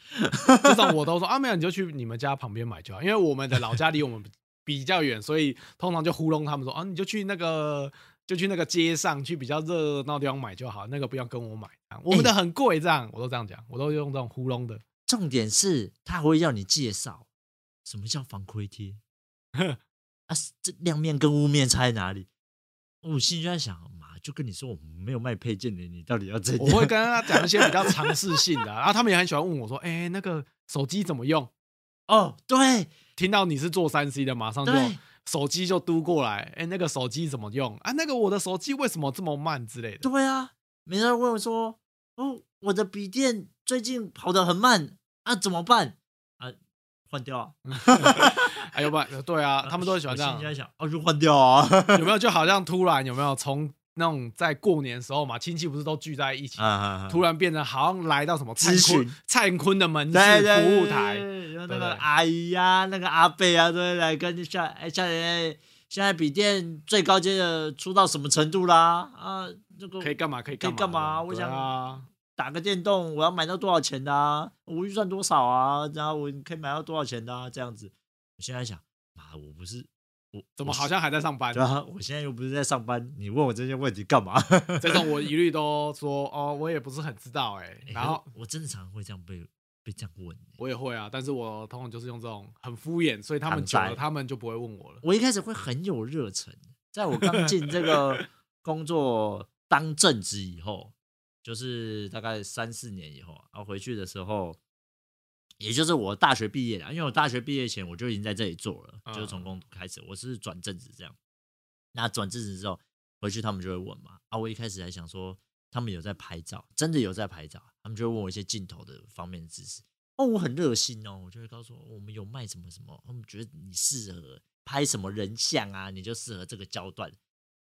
[SPEAKER 2] 这种我都说啊，没有你就去你们家旁边买就好，因为我们的老家离我们比较远，所以通常就糊弄他们说啊，你就去那个就去那个街上去比较热闹地方买就好，那个不要跟我买，啊我们的很贵这样，我都这样讲，我都用这种糊弄的，
[SPEAKER 1] 重点是他还会要你介绍什么叫防窥 贴啊，这亮面跟雾面差在哪里？我心里就在想，妈，就跟你说我们没有卖配件的，你到底要怎样？
[SPEAKER 2] 我会跟他讲一些比较尝试性的啊，然后他们也很喜欢问我说，哎、那个手机怎么用？
[SPEAKER 1] 哦，对
[SPEAKER 2] 听到你是做三 C 的，马上就
[SPEAKER 1] 对，
[SPEAKER 2] 手机就嘟过来，哎、那个手机怎么用啊？那个我的手机为什么这么慢之类的？
[SPEAKER 1] 对啊，没人问我说，哦，我的笔电最近跑得很慢啊，怎么办？啊，换掉啊！
[SPEAKER 2] 哎，要不然对啊，他们都很喜欢这样
[SPEAKER 1] 我。呃心里在想，哦，就换掉啊！
[SPEAKER 2] 有没有就好像突然有没有从那种在过年的时候嘛，亲戚不是都聚在一起，
[SPEAKER 1] 啊，
[SPEAKER 2] 突然变成好像来到什么灿
[SPEAKER 1] 咨
[SPEAKER 2] 坤
[SPEAKER 1] 询
[SPEAKER 2] 灿坤的门市
[SPEAKER 1] 对对
[SPEAKER 2] 服务
[SPEAKER 1] 对
[SPEAKER 2] 台，
[SPEAKER 1] 对对然后那
[SPEAKER 2] 对对
[SPEAKER 1] 个阿姨啊，那个阿伯啊，都会来跟下哎下来。现在笔电最高阶的出到什么程度啦？啊，那个
[SPEAKER 2] 可以干嘛可以
[SPEAKER 1] 可
[SPEAKER 2] 干嘛
[SPEAKER 1] 以干嘛我
[SPEAKER 2] 对啊，
[SPEAKER 1] 打个电动，我要买到多少钱的啊？我预算多少啊？然后我可以买到多少钱的啊？这样子，我现在想，妈，我不是我
[SPEAKER 2] 怎么
[SPEAKER 1] 我是
[SPEAKER 2] 好像还在上班
[SPEAKER 1] 对？啊，我现在又不是在上班，你问我这些问题干嘛？
[SPEAKER 2] 这种我一律都说哦，我也不是很知道哎、
[SPEAKER 1] 欸
[SPEAKER 2] 然后
[SPEAKER 1] 可。 是我真的常常会这样被被这样问欸、
[SPEAKER 2] 我也会啊，但是我通常就是用这种很敷衍，所以他们久
[SPEAKER 1] 坦白
[SPEAKER 2] 了，他们就不会问我了。
[SPEAKER 1] 我一开始会很有热忱，在我刚进这个工作当正职以后，就是大概三四年以后，啊然后回去的时候，也就是我大学毕业了，因为我大学毕业前我就已经在这里做了，
[SPEAKER 2] 嗯
[SPEAKER 1] 就是从工读开始，我是转正职这样。那转正职之后回去，他们就会问嘛，啊，我一开始还想说他们有在拍照，真的有在拍照，他们就会问我一些镜头的方面的知识。哦，我很热心哦，我就会告诉我我们有卖什么什么，他们觉得你适合拍什么人像啊，你就适合这个焦段，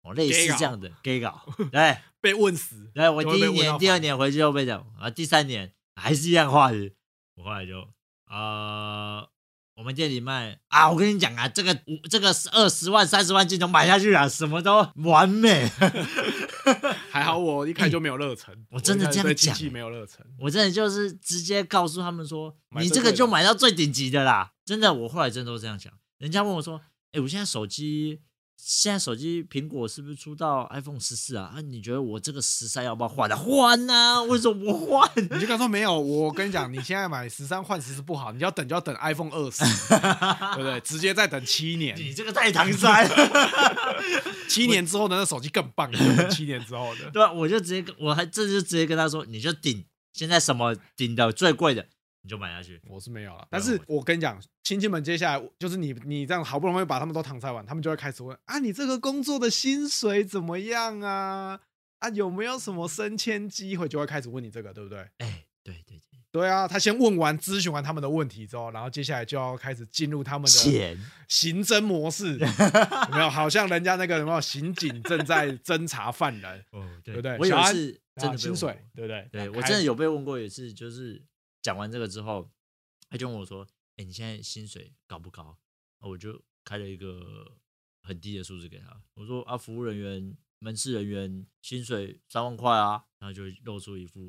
[SPEAKER 1] 哦，类似
[SPEAKER 2] Gay 搞
[SPEAKER 1] 这样的 gay 稿，对
[SPEAKER 2] 被问死，
[SPEAKER 1] 对，我
[SPEAKER 2] 就
[SPEAKER 1] 第
[SPEAKER 2] 会被
[SPEAKER 1] 一
[SPEAKER 2] 问到
[SPEAKER 1] 年、
[SPEAKER 2] 烦
[SPEAKER 1] 第二年回去又被讲啊，第三年还是一样话题，我后来就呃，我们店里卖啊，我跟你讲啊，这个五这个二十万、三十万镜头买下去啊，什么都完美。
[SPEAKER 2] 还好我一开始就没有热忱，
[SPEAKER 1] 我真的
[SPEAKER 2] 一开始
[SPEAKER 1] 这样
[SPEAKER 2] 对亲
[SPEAKER 1] 讲
[SPEAKER 2] 戚
[SPEAKER 1] 欸
[SPEAKER 2] 没有热忱，
[SPEAKER 1] 我真的就是直接告诉他们说，
[SPEAKER 2] 买
[SPEAKER 1] 你
[SPEAKER 2] 最
[SPEAKER 1] 这个
[SPEAKER 2] 贵的
[SPEAKER 1] 就买到最顶级的啦。真的，我后来真的都这样想。人家问我说：“哎、我现在手机，现在手机苹果是不是出到 iPhone 十四啊？啊，你觉得我这个十三要不要换啊？换啊，为什么不换？
[SPEAKER 2] 你就跟他说没有，我跟你讲，你现在买十三换十四不好，你要等就要等 iPhone 二十，对不对？直接再等七年，
[SPEAKER 1] 你这个太唐三。”
[SPEAKER 2] 七年之后呢，那手机更 棒，你就等七年之后的。
[SPEAKER 1] 对啊，我就直接跟我还这就直接跟他说，你就顶现在什么顶的最贵的，你就买下去。
[SPEAKER 2] 我是没有了，但是我跟你讲，亲戚们接下来就是你，你这样好不容易把他们都搪塞完，他们就会开始问啊，你这个工作的薪水怎么样啊？啊，有没有什么升迁机会？就会开始问你这个，对不对？
[SPEAKER 1] 哎、对对对，
[SPEAKER 2] 对啊，他先问完、咨询完他们的问题之后，然后接下来就要开始进入他们的
[SPEAKER 1] 钱
[SPEAKER 2] 刑侦 模式，有没有？好像人家那个什么刑警正在侦查犯人，
[SPEAKER 1] 哦，
[SPEAKER 2] 对不对
[SPEAKER 1] 我有
[SPEAKER 2] 小
[SPEAKER 1] 一
[SPEAKER 2] 安
[SPEAKER 1] 次
[SPEAKER 2] 然
[SPEAKER 1] 真
[SPEAKER 2] 后
[SPEAKER 1] 的
[SPEAKER 2] 薪
[SPEAKER 1] 被
[SPEAKER 2] 水，对不对？
[SPEAKER 1] 问过，对
[SPEAKER 2] 打
[SPEAKER 1] 我
[SPEAKER 2] 开
[SPEAKER 1] 真的有被问过一次，就是讲完这个之后，他就问我说：“哎、你现在薪水高不高？”啊我就开了一个很低的数字给他，我说：“啊，服务人员、门市人员薪水三万块啊。”然后就露出一副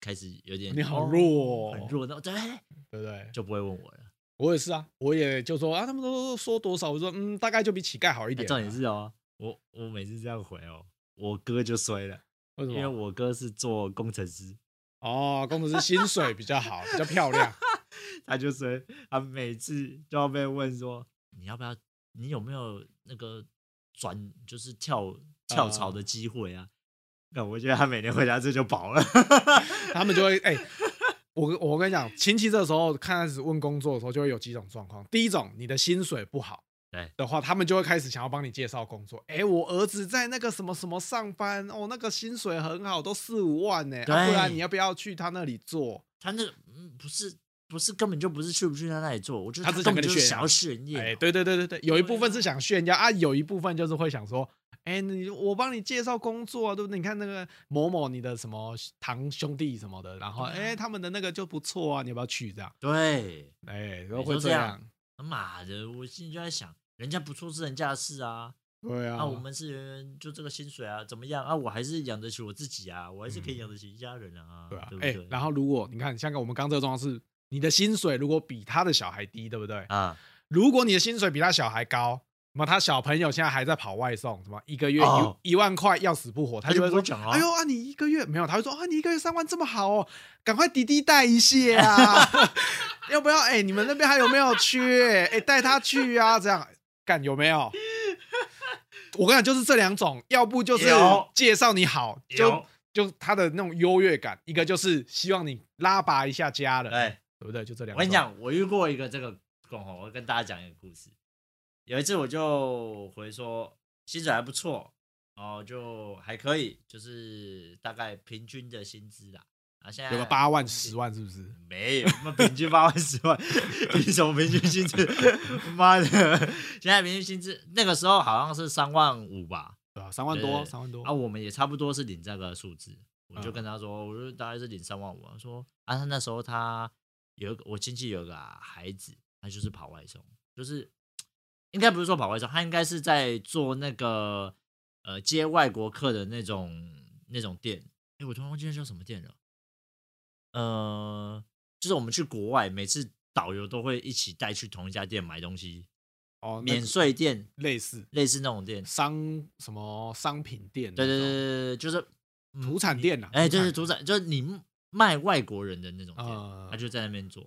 [SPEAKER 1] 开始有点
[SPEAKER 2] 你好
[SPEAKER 1] 哦
[SPEAKER 2] 弱哦
[SPEAKER 1] 很弱，那对
[SPEAKER 2] 对不对？
[SPEAKER 1] 就不会问我了。
[SPEAKER 2] 我也是啊，我也就说啊，他们都说多少，我说嗯，大概就比乞丐好一
[SPEAKER 1] 那
[SPEAKER 2] 点啊。
[SPEAKER 1] 重点是哦，我我每次这样回哦，我哥就衰了，
[SPEAKER 2] 为什
[SPEAKER 1] 因为
[SPEAKER 2] 么？
[SPEAKER 1] 我哥是哦做工程师，
[SPEAKER 2] 哦，工程师薪水比较好，比较漂亮。
[SPEAKER 1] 他就衰，他每次就要被问说你要不要，你有没有那个转就是跳跳槽的机会啊？那、我觉得他每年回答这就饱了，
[SPEAKER 2] 他们就会哎、我跟我跟你讲，亲戚这时候刚开始问工作的时候，就会有几种状况。第一种，你的薪水不好，
[SPEAKER 1] 对
[SPEAKER 2] 的话，他们就会开始想要帮你介绍工作。哎、我儿子在那个什么什么上班，哦，那个薪水很好，都四五万呢、啊不
[SPEAKER 1] 对
[SPEAKER 2] 然你要不要去他那里做？
[SPEAKER 1] 他那个、嗯、不是不是根本就不是去不去他那里做，我觉得
[SPEAKER 2] 他只想
[SPEAKER 1] 根本
[SPEAKER 2] 跟
[SPEAKER 1] 就
[SPEAKER 2] 你
[SPEAKER 1] 是
[SPEAKER 2] 炫
[SPEAKER 1] 想要炫
[SPEAKER 2] 哎、
[SPEAKER 1] 耀，
[SPEAKER 2] 对对对对对，有一部分
[SPEAKER 1] 对啊
[SPEAKER 2] 是想炫耀啊，有一部分就是会想说，哎、你我帮你介绍工作、啊，对不对？你看那个某某你的什么堂兄弟什么的，然
[SPEAKER 1] 啊
[SPEAKER 2] 后哎、他们的那个就不错啊，你要不要去这样？
[SPEAKER 1] 对，
[SPEAKER 2] 哎、
[SPEAKER 1] 哎
[SPEAKER 2] 都
[SPEAKER 1] 就
[SPEAKER 2] 会
[SPEAKER 1] 这
[SPEAKER 2] 这
[SPEAKER 1] 样
[SPEAKER 2] 样。
[SPEAKER 1] 他妈的，我心里就在想，人家不错是人家的事啊，
[SPEAKER 2] 对啊，
[SPEAKER 1] 啊，我们是人员就这个薪水啊，怎么样啊？我还是养得起我自己啊，我还是可以养得起一家人啊，
[SPEAKER 2] 对啊
[SPEAKER 1] 对，不
[SPEAKER 2] 哎、
[SPEAKER 1] 对？
[SPEAKER 2] 然后如果你看，像我们刚这个状况是，你的薪水如果比他的小孩低，对不对？
[SPEAKER 1] 啊，
[SPEAKER 2] 如果你的薪水比他小孩高，那么他小朋友现在还在跑外送，什么一个月一、
[SPEAKER 1] 哦
[SPEAKER 2] 一万块要死不活，
[SPEAKER 1] 他
[SPEAKER 2] 就
[SPEAKER 1] 就
[SPEAKER 2] 会
[SPEAKER 1] 不
[SPEAKER 2] 说
[SPEAKER 1] 会讲啊
[SPEAKER 2] 哎呦啊，你一个月没有，他会说啊，你一个月三万这么好哦，赶快弟弟带一下 啊，要不要？哎、你们那边还有没有缺？哎、带他去啊，这样干有没有？我跟你讲，就是这两种，要不就是
[SPEAKER 1] 有
[SPEAKER 2] 介绍你好，就
[SPEAKER 1] 有
[SPEAKER 2] 就他的那种优越感；一个就是希望你拉拔一下家人，
[SPEAKER 1] 对，
[SPEAKER 2] 对不对？就这两
[SPEAKER 1] 哎我跟
[SPEAKER 2] 种。
[SPEAKER 1] 你，讲，我遇过一个这个共同，我跟大家讲一个故事。有一次我就回说薪水还不错，然后就还可以，就是大概平均的薪资啦。啊，现在
[SPEAKER 2] 有个八万、十万是不是？
[SPEAKER 1] 没有，那平均八万十万， 凭什么平均薪资？ 妈的，现在平均薪资那个时候好像是三万五吧，
[SPEAKER 2] 对吧、三万多，
[SPEAKER 1] 对
[SPEAKER 2] 三万多
[SPEAKER 1] 啊，。我们也差不多是领这个数字，我就
[SPEAKER 2] 嗯
[SPEAKER 1] 跟他说，我就大概是领三万五、啊。说啊，他那时候他有一个我亲戚有个、孩子，他就是跑外送，就是应该不是说跑外送，他应该是在做那个呃接外国客的那种那种店。哎，我突然忘记那叫什么店了。呃，就是我们去国外，每次导游都会一起带去同一家店买东西，
[SPEAKER 2] 哦，那
[SPEAKER 1] 免税店
[SPEAKER 2] 类似
[SPEAKER 1] 类似那种店。
[SPEAKER 2] 商什么商品店
[SPEAKER 1] 对
[SPEAKER 2] 那种，
[SPEAKER 1] 对对对对，就是
[SPEAKER 2] 土产店啊
[SPEAKER 1] 哎、就
[SPEAKER 2] 产
[SPEAKER 1] 是土产，就是你卖外国人的那种店，
[SPEAKER 2] 呃
[SPEAKER 1] 他就在那边做。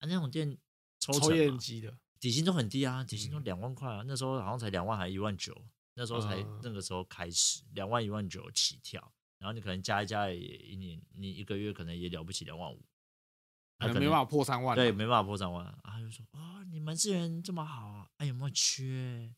[SPEAKER 1] 啊，那种店抽
[SPEAKER 2] 抽
[SPEAKER 1] 成
[SPEAKER 2] 烟
[SPEAKER 1] 嘛，
[SPEAKER 2] 机的，
[SPEAKER 1] 底薪都很低啊，底薪都
[SPEAKER 2] 嗯
[SPEAKER 1] 两万块啊，那时候好像才两万还一万九，那时候才、
[SPEAKER 2] 呃
[SPEAKER 1] 那个时候开始两万一万九起跳，然后你可能加一加也一年，你一个月可能也了不起两万五，
[SPEAKER 2] 可能没办法破三万啊。
[SPEAKER 1] 对，没办法破三万啊。他就说：“哦，你们这人这么好啊，哎，有没有缺？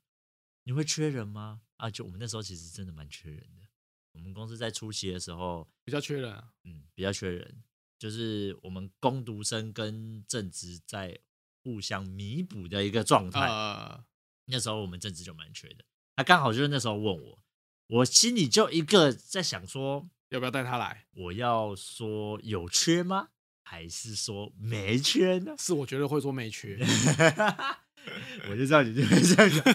[SPEAKER 1] 你会缺人吗？”啊，就我们那时候其实真的蛮缺人的。我们公司在初期的时候，
[SPEAKER 2] 比较缺人啊。
[SPEAKER 1] 嗯，比较缺人，就是我们工读生跟正职在互相弥补的一个状态。
[SPEAKER 2] 呃，
[SPEAKER 1] 那时候我们正职就蛮缺的，他刚好就是那时候问我，我心里就一个在想说，
[SPEAKER 2] 要不要带他来？
[SPEAKER 1] 我要说有缺吗？还是说没缺呢？
[SPEAKER 2] 是我觉得会说没 缺。
[SPEAKER 1] 我就知道你就会 这样讲。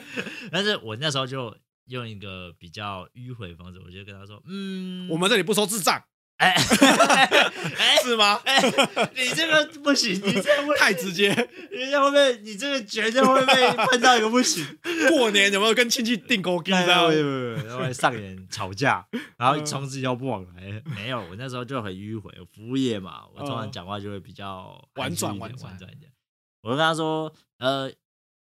[SPEAKER 1] 但是我那时候就用一个比较迂回的方式，我就跟他说，嗯，
[SPEAKER 2] 我们这里不收智障，
[SPEAKER 1] 哎 哎，
[SPEAKER 2] 是吗？
[SPEAKER 1] 哎，你这个不行，你这会
[SPEAKER 2] 太直接。
[SPEAKER 1] 你这会被你这个绝对会被喷到一个不行。
[SPEAKER 2] 过年有没有跟亲戚订狗鸡？
[SPEAKER 1] 对
[SPEAKER 2] 这样
[SPEAKER 1] 对对，然后上演吵架，然后
[SPEAKER 2] 嗯
[SPEAKER 1] 从此就不往来。没有，我那时候就很迂回，我服务业嘛，我通常
[SPEAKER 2] 嗯
[SPEAKER 1] 讲话就会比较
[SPEAKER 2] 婉转
[SPEAKER 1] 婉
[SPEAKER 2] 婉
[SPEAKER 1] 婉
[SPEAKER 2] 转
[SPEAKER 1] 转一点。我就跟他说，呃，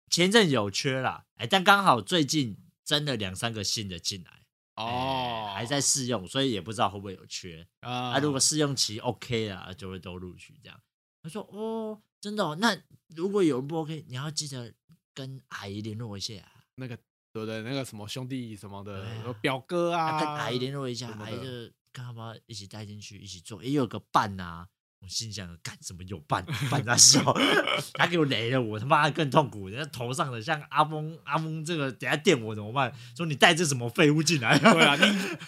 [SPEAKER 1] 前阵有缺啦，哎，但刚好最近增了两三个新的进来，
[SPEAKER 2] 哦
[SPEAKER 1] 哎，还在试用，所以也不知道会不会有缺。
[SPEAKER 2] 啊
[SPEAKER 1] 啊，如果试用期 OK 啦，就会都录取这样。他说哦，真的、哦，那如果有人不 OK，你要记得跟阿姨联络一下、
[SPEAKER 2] 那个对不对？那个什么兄弟什么的
[SPEAKER 1] 对啊，
[SPEAKER 2] 有表哥
[SPEAKER 1] 啊，
[SPEAKER 2] 啊，
[SPEAKER 1] 跟阿姨联络一下，
[SPEAKER 2] 什么
[SPEAKER 1] 阿姨
[SPEAKER 2] 的
[SPEAKER 1] 就看要不要一起带进去一起做，也有个伴啊。我心想，干什么有伴伴他笑， 他给我雷了，我他妈更痛苦。人家头上的像阿峰，阿峰这个等下电我怎么办？说你带这什么废物进来？
[SPEAKER 2] 对啊，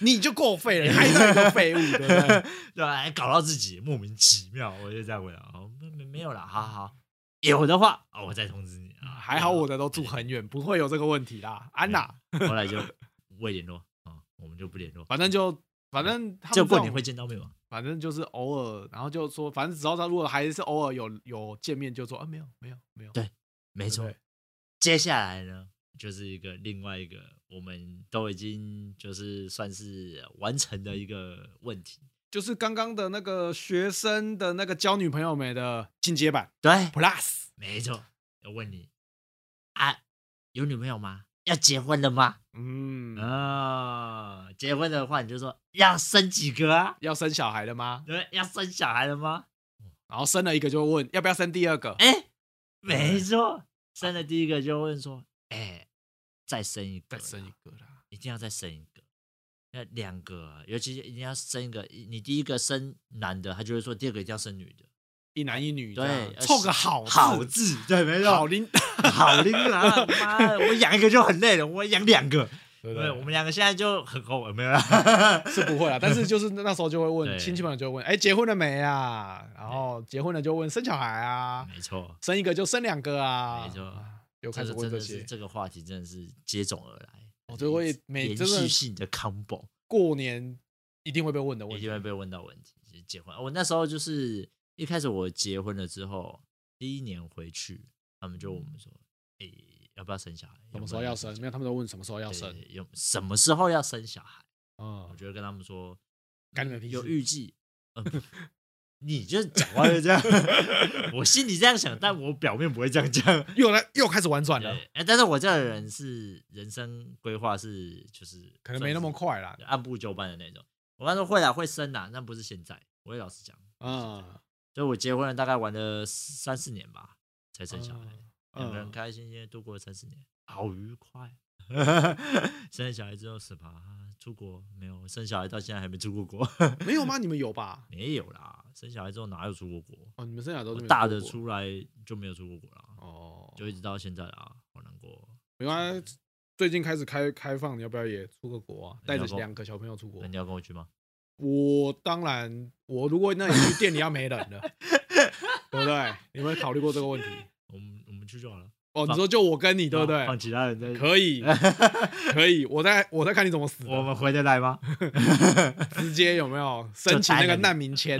[SPEAKER 2] 你你就够废了，你还是一个废物，对不对？
[SPEAKER 1] 对吧？还搞到自己莫名其妙，我就这样回答，哦，没没没有啦，好好好，有的话啊、我再通知你啊。
[SPEAKER 2] 嗯还好我的都住很远，不会有这个问题
[SPEAKER 1] 嗯
[SPEAKER 2] 啦。安娜，
[SPEAKER 1] 后来就未联络啊、我们就不联络。
[SPEAKER 2] 反正就反正他
[SPEAKER 1] 嗯
[SPEAKER 2] 们
[SPEAKER 1] 就
[SPEAKER 2] 这
[SPEAKER 1] 过
[SPEAKER 2] 种
[SPEAKER 1] 年会见到面吗？
[SPEAKER 2] 反正就是偶尔，然后就说，反正只要他如果还是偶尔有有见面，就说啊没有没有没有，
[SPEAKER 1] 对没
[SPEAKER 2] 对不
[SPEAKER 1] 错
[SPEAKER 2] 对。
[SPEAKER 1] 接下来呢，就是一个另外一个我们都已经就是算是完成的一个问题。
[SPEAKER 2] 就是刚刚的那个学生的那个交女朋友没的进阶版
[SPEAKER 1] 对，
[SPEAKER 2] Plus，
[SPEAKER 1] 没错。我问你啊，有女朋友吗？要结婚了吗？
[SPEAKER 2] 嗯，
[SPEAKER 1] 啊、结婚的话你就说要生几个啊？
[SPEAKER 2] 要生小孩了吗？
[SPEAKER 1] 对，要生小孩了吗？
[SPEAKER 2] 然后生了一个就问要不要生第二个，
[SPEAKER 1] 哎，没错，生了第一个就问说，哎，再生一个
[SPEAKER 2] 再
[SPEAKER 1] 啦，
[SPEAKER 2] 生一个啦，
[SPEAKER 1] 一定要再生一个，要两个啊，尤其是一定要生一个。你第一个生男的，他就会说第二个一定要生女的，
[SPEAKER 2] 一男一女这样，
[SPEAKER 1] 对，呃
[SPEAKER 2] 凑个好字
[SPEAKER 1] 好字，对，没
[SPEAKER 2] 好
[SPEAKER 1] 错，
[SPEAKER 2] 灵，
[SPEAKER 1] 好灵啊！妈的，我养一个就很累了，我养两个，对，
[SPEAKER 2] 对不对
[SPEAKER 1] 我们两个现在就很红，没有啦，
[SPEAKER 2] 是不会啦， 但是就是那时候就会
[SPEAKER 1] 对
[SPEAKER 2] 问亲戚朋友就会问，哎，结婚了没啊？然后结婚了就问生小孩啊，
[SPEAKER 1] 没错。
[SPEAKER 2] 生一个就生两个啊，
[SPEAKER 1] 没错
[SPEAKER 2] 又
[SPEAKER 1] 这
[SPEAKER 2] 开始
[SPEAKER 1] 个
[SPEAKER 2] 问
[SPEAKER 1] 真
[SPEAKER 2] 这
[SPEAKER 1] 的是
[SPEAKER 2] 些，
[SPEAKER 1] 这个话题，真的是接踵而来，
[SPEAKER 2] 我就会每
[SPEAKER 1] 延
[SPEAKER 2] 真的
[SPEAKER 1] 续性的 combo。
[SPEAKER 2] 过年一定会被问的问
[SPEAKER 1] 一
[SPEAKER 2] 题
[SPEAKER 1] 定，会被问到问题，就是结婚。我那时候就是一开始我结婚了之后，第一年回去，他们就问我们说，诶、要不要生小孩？
[SPEAKER 2] 嗯什么时候要生？没有，他们都问什么时候要
[SPEAKER 1] 要
[SPEAKER 2] 生
[SPEAKER 1] 对，有什么时候要生小孩？我
[SPEAKER 2] 嗯，
[SPEAKER 1] 就会跟他们说，
[SPEAKER 2] 干你们屁事
[SPEAKER 1] 有预计，呃 你就讲话就这样， 我心里这样想，但我表面不会这 样讲。
[SPEAKER 2] 又来又开始玩转
[SPEAKER 1] 对，
[SPEAKER 2] 了，
[SPEAKER 1] 哎、但是我这个人是人生规划是就是
[SPEAKER 2] 可能没那么
[SPEAKER 1] 算是
[SPEAKER 2] 快啦，
[SPEAKER 1] 按部就班的那种。我刚说会啦，会生啦，但不是现在。我也老实讲，
[SPEAKER 2] 嗯，
[SPEAKER 1] 所以我结婚了大概玩了三四年吧，才生小孩，两、个人
[SPEAKER 2] 嗯，
[SPEAKER 1] 开开心心地度过了三四年，好愉快。 生了小孩之后是吧？出国没有？生小孩到现在还没出过国，
[SPEAKER 2] 没有吗？你们有吧？
[SPEAKER 1] 没有啦。生小孩之后哪有出过国？
[SPEAKER 2] 哦，你们生小孩都
[SPEAKER 1] 我
[SPEAKER 2] 是没有
[SPEAKER 1] 大的
[SPEAKER 2] 过
[SPEAKER 1] 出来就没有出过国啦，
[SPEAKER 2] 哦，
[SPEAKER 1] 就一直到现在啦，好难过。
[SPEAKER 2] 没关系。最近开始开开放，你要不要也出个国啊？
[SPEAKER 1] 你要
[SPEAKER 2] 带
[SPEAKER 1] 不
[SPEAKER 2] 着两个小朋友出国
[SPEAKER 1] 那。你要跟我去吗？
[SPEAKER 2] 我当然，我如果那你去店里要没人 了，对不对？你们考虑过这个问题？
[SPEAKER 1] 我们我们去就好了，
[SPEAKER 2] 哦，你说就我跟你，对不对？
[SPEAKER 1] 放其他人在，
[SPEAKER 2] 可以，可以，我在我在看你怎么死的
[SPEAKER 1] 我们回得来吗？
[SPEAKER 2] 直接有没有申请那个难民签？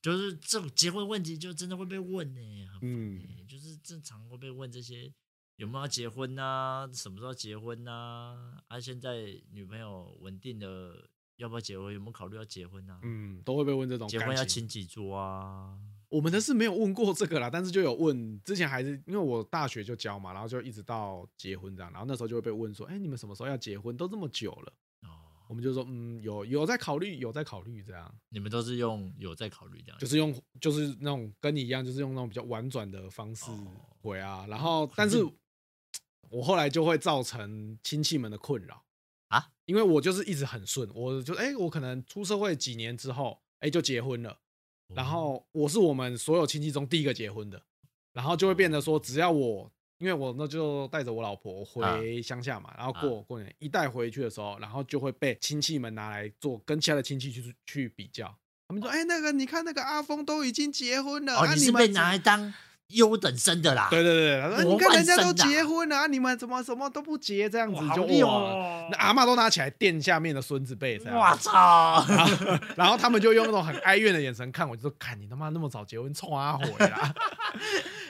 [SPEAKER 1] 就是这种结婚问题，就真的会被问呢、很烦
[SPEAKER 2] 嗯
[SPEAKER 1] 欸就是正常会被问这些有没有要结婚呐、什么时候结婚呐、啊？现在女朋友稳定了，要不要结婚？有没有考虑要结婚呐、
[SPEAKER 2] 嗯，都会被问这种
[SPEAKER 1] 结
[SPEAKER 2] 感
[SPEAKER 1] 婚要
[SPEAKER 2] 情
[SPEAKER 1] 请几桌啊？
[SPEAKER 2] 我们的是没有问过这个啦，但是就有问，之前还是因为我大学就教嘛，然后就一直到结婚这样，然后那时候就会被问说，哎、你们什么时候要结婚？都这么久了，
[SPEAKER 1] 哦，
[SPEAKER 2] 我们就说，嗯，有有在考虑，有在考虑这样，
[SPEAKER 1] 你们都是用有在考虑这样，
[SPEAKER 2] 就是用就是那种跟你一样，就是用那种比较婉转的方式
[SPEAKER 1] 哦
[SPEAKER 2] 回啊，然后但是我后来就会造成亲戚们的困扰
[SPEAKER 1] 啊，
[SPEAKER 2] 因为我就是一直很顺，我就哎、我可能出社会几年之后，哎、就结婚了。
[SPEAKER 1] 哦
[SPEAKER 2] 然后我是我们所有亲戚中第一个结婚的，然后就会变
[SPEAKER 1] 哦
[SPEAKER 2] 得说，只要我，因为我那就带着我老婆
[SPEAKER 1] 啊
[SPEAKER 2] 回乡下嘛，然后过过年一带回去的时候，然后就会被亲戚们拿来做跟其他的亲戚去去比较，他们说，哎，那个你看那个阿峰都已经结婚了，
[SPEAKER 1] 哦，
[SPEAKER 2] 啊
[SPEAKER 1] 你是
[SPEAKER 2] 们
[SPEAKER 1] 被拿来当优等生的啦。
[SPEAKER 2] 对对对，他说哎
[SPEAKER 1] 模
[SPEAKER 2] 你看
[SPEAKER 1] 范
[SPEAKER 2] 人家都
[SPEAKER 1] 生呐
[SPEAKER 2] 结婚了、啊，你们怎么什么都不结这样子
[SPEAKER 1] 哇，好
[SPEAKER 2] 就
[SPEAKER 1] 厉害
[SPEAKER 2] 哇，
[SPEAKER 1] 哦
[SPEAKER 2] 那阿嬷都拿起来垫下面的孙子啊辈这样。
[SPEAKER 1] 哇 操！
[SPEAKER 2] 然后然后他们就用那种很哀怨的眼神看我，就说：“看你他妈那么早结婚，冲啊火呀！”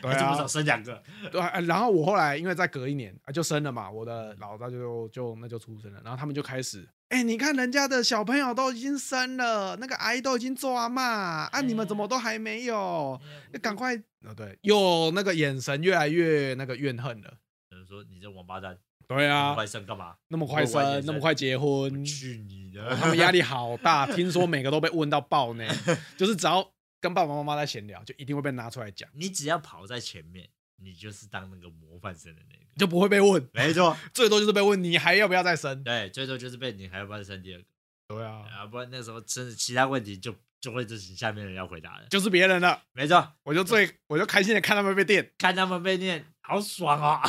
[SPEAKER 2] 对
[SPEAKER 1] 还这么
[SPEAKER 2] 啊
[SPEAKER 1] 少，生两个，
[SPEAKER 2] 对啊。然后我后来因为再隔一年啊，就生了嘛，我的老大就就那就出生了，然后他们就开始。哎、你看人家的小朋友都已经生了，那个阿姨都已经做阿妈啊，你们怎么都还没有？那赶快啊，对，又那个眼神越来越那个怨恨了。
[SPEAKER 1] 有人说你这王八蛋，
[SPEAKER 2] 对啊，
[SPEAKER 1] 外甥干嘛？
[SPEAKER 2] 那么快
[SPEAKER 1] 那么快
[SPEAKER 2] 生，
[SPEAKER 1] 生
[SPEAKER 2] 那么快结婚，
[SPEAKER 1] 去你
[SPEAKER 2] 他
[SPEAKER 1] 的！
[SPEAKER 2] 们压力好大，听说每个都被问到 爆呢。就是只要跟爸爸妈妈在闲聊，就一定会被拿出来讲，
[SPEAKER 1] 你只要跑在前面，你就是当那个模范生的那个。
[SPEAKER 2] 就不会被问。
[SPEAKER 1] 没错，
[SPEAKER 2] 最多就是被问你还要不要再生。
[SPEAKER 1] 对，最多就是被你还要不要生第二个
[SPEAKER 2] 对啊，
[SPEAKER 1] 啊，不然那时候真的其他问题就就会就是下面人要回答了。
[SPEAKER 2] 就是别人了，
[SPEAKER 1] 没错，
[SPEAKER 2] 我就最 我就开心的看他们被电。
[SPEAKER 1] 看他们被念，好爽哦！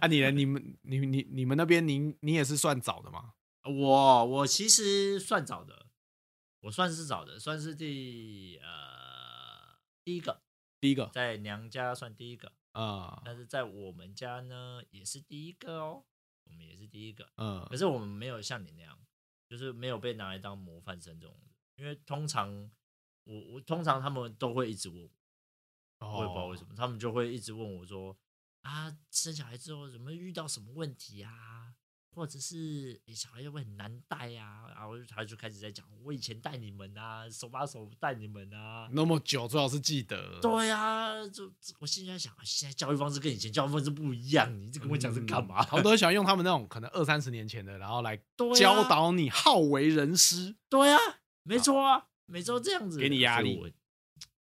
[SPEAKER 2] 啊，你呢？你们你你你们那边，你你也是算早的吗？
[SPEAKER 1] 我我其实算早的，我算是早的，算是第呃第一个，
[SPEAKER 2] 第一个
[SPEAKER 1] 在娘家算第一个，
[SPEAKER 2] 啊，
[SPEAKER 1] 但是在我们家呢也是第一个哦，我们也是第一个，
[SPEAKER 2] 嗯
[SPEAKER 1] 可是我们没有像你那样，就是没有被拿来当模范生这种，因为通常我我通常他们都会一直问我，
[SPEAKER 2] 哦
[SPEAKER 1] 我也不知道为什
[SPEAKER 2] 么。
[SPEAKER 1] 么，他们就会一直问我说啊，生小孩之后有没有遇到什么问题啊？或者是、诶小孩会不会很难带啊？然后他就开始在讲，我以前带你们啊，手把手带你们啊。
[SPEAKER 2] 那么久，最好是记得。
[SPEAKER 1] 对啊，就我现在想，啊现在教育方式跟以前教育方式不一样，你这跟我讲这干嘛？
[SPEAKER 2] 嗯好多人喜欢用他们那种可能二三十年前的，然后来
[SPEAKER 1] 对啊
[SPEAKER 2] 教导你好为人师。
[SPEAKER 1] 对啊，没错啊，每周这样子
[SPEAKER 2] 给你压力。
[SPEAKER 1] 所以我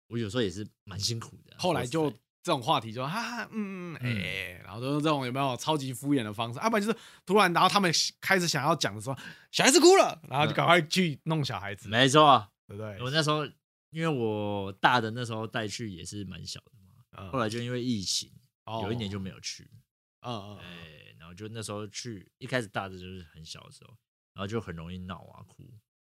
[SPEAKER 1] 我有时候也是蛮辛苦的。啊
[SPEAKER 2] 后来就
[SPEAKER 1] 说实
[SPEAKER 2] 这种话题就哈哈嗯嗯哎、
[SPEAKER 1] 嗯
[SPEAKER 2] 欸然后都是这种有没有超级敷衍的方式，要、啊不然就是突然，然后他们开始想要讲的时候，小孩子哭了，然后就赶快去弄小孩子，
[SPEAKER 1] 在嗯没错，
[SPEAKER 2] 对不对？
[SPEAKER 1] 我那时候因为我大的那时候带去也是蛮小的嘛，
[SPEAKER 2] 嗯
[SPEAKER 1] 后来就因为疫情，
[SPEAKER 2] 哦
[SPEAKER 1] 有一年就没有去。
[SPEAKER 2] 嗯嗯嗯
[SPEAKER 1] 哎，然后就那时候去，一开始大的就是很小的时候，然后就很容易闹啊哭，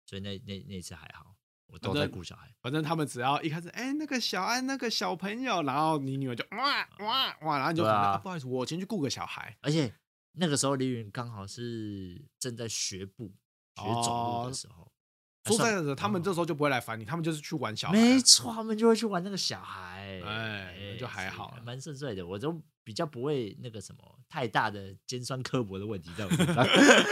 [SPEAKER 1] 所以那那那次还好，我都在顾小孩。
[SPEAKER 2] 反正他们只要一开始哎、那个小安那个小朋友，然后你女儿就哇哇哇，然后你就可
[SPEAKER 1] 对
[SPEAKER 2] 能、
[SPEAKER 1] 啊
[SPEAKER 2] 不好意思，我先去顾个小孩。
[SPEAKER 1] 而且那个时候李云刚好是正在学步、学走
[SPEAKER 2] 哦
[SPEAKER 1] 路的时候。还
[SPEAKER 2] 说
[SPEAKER 1] 算
[SPEAKER 2] 真的，他们这时候就不会来烦你，他们就是去玩小孩。
[SPEAKER 1] 没错，他们就会去玩那个小孩，
[SPEAKER 2] 哎那就还好
[SPEAKER 1] 是蛮顺遂的。我都比较不会那个什么太大的尖酸刻薄的问题在我身上。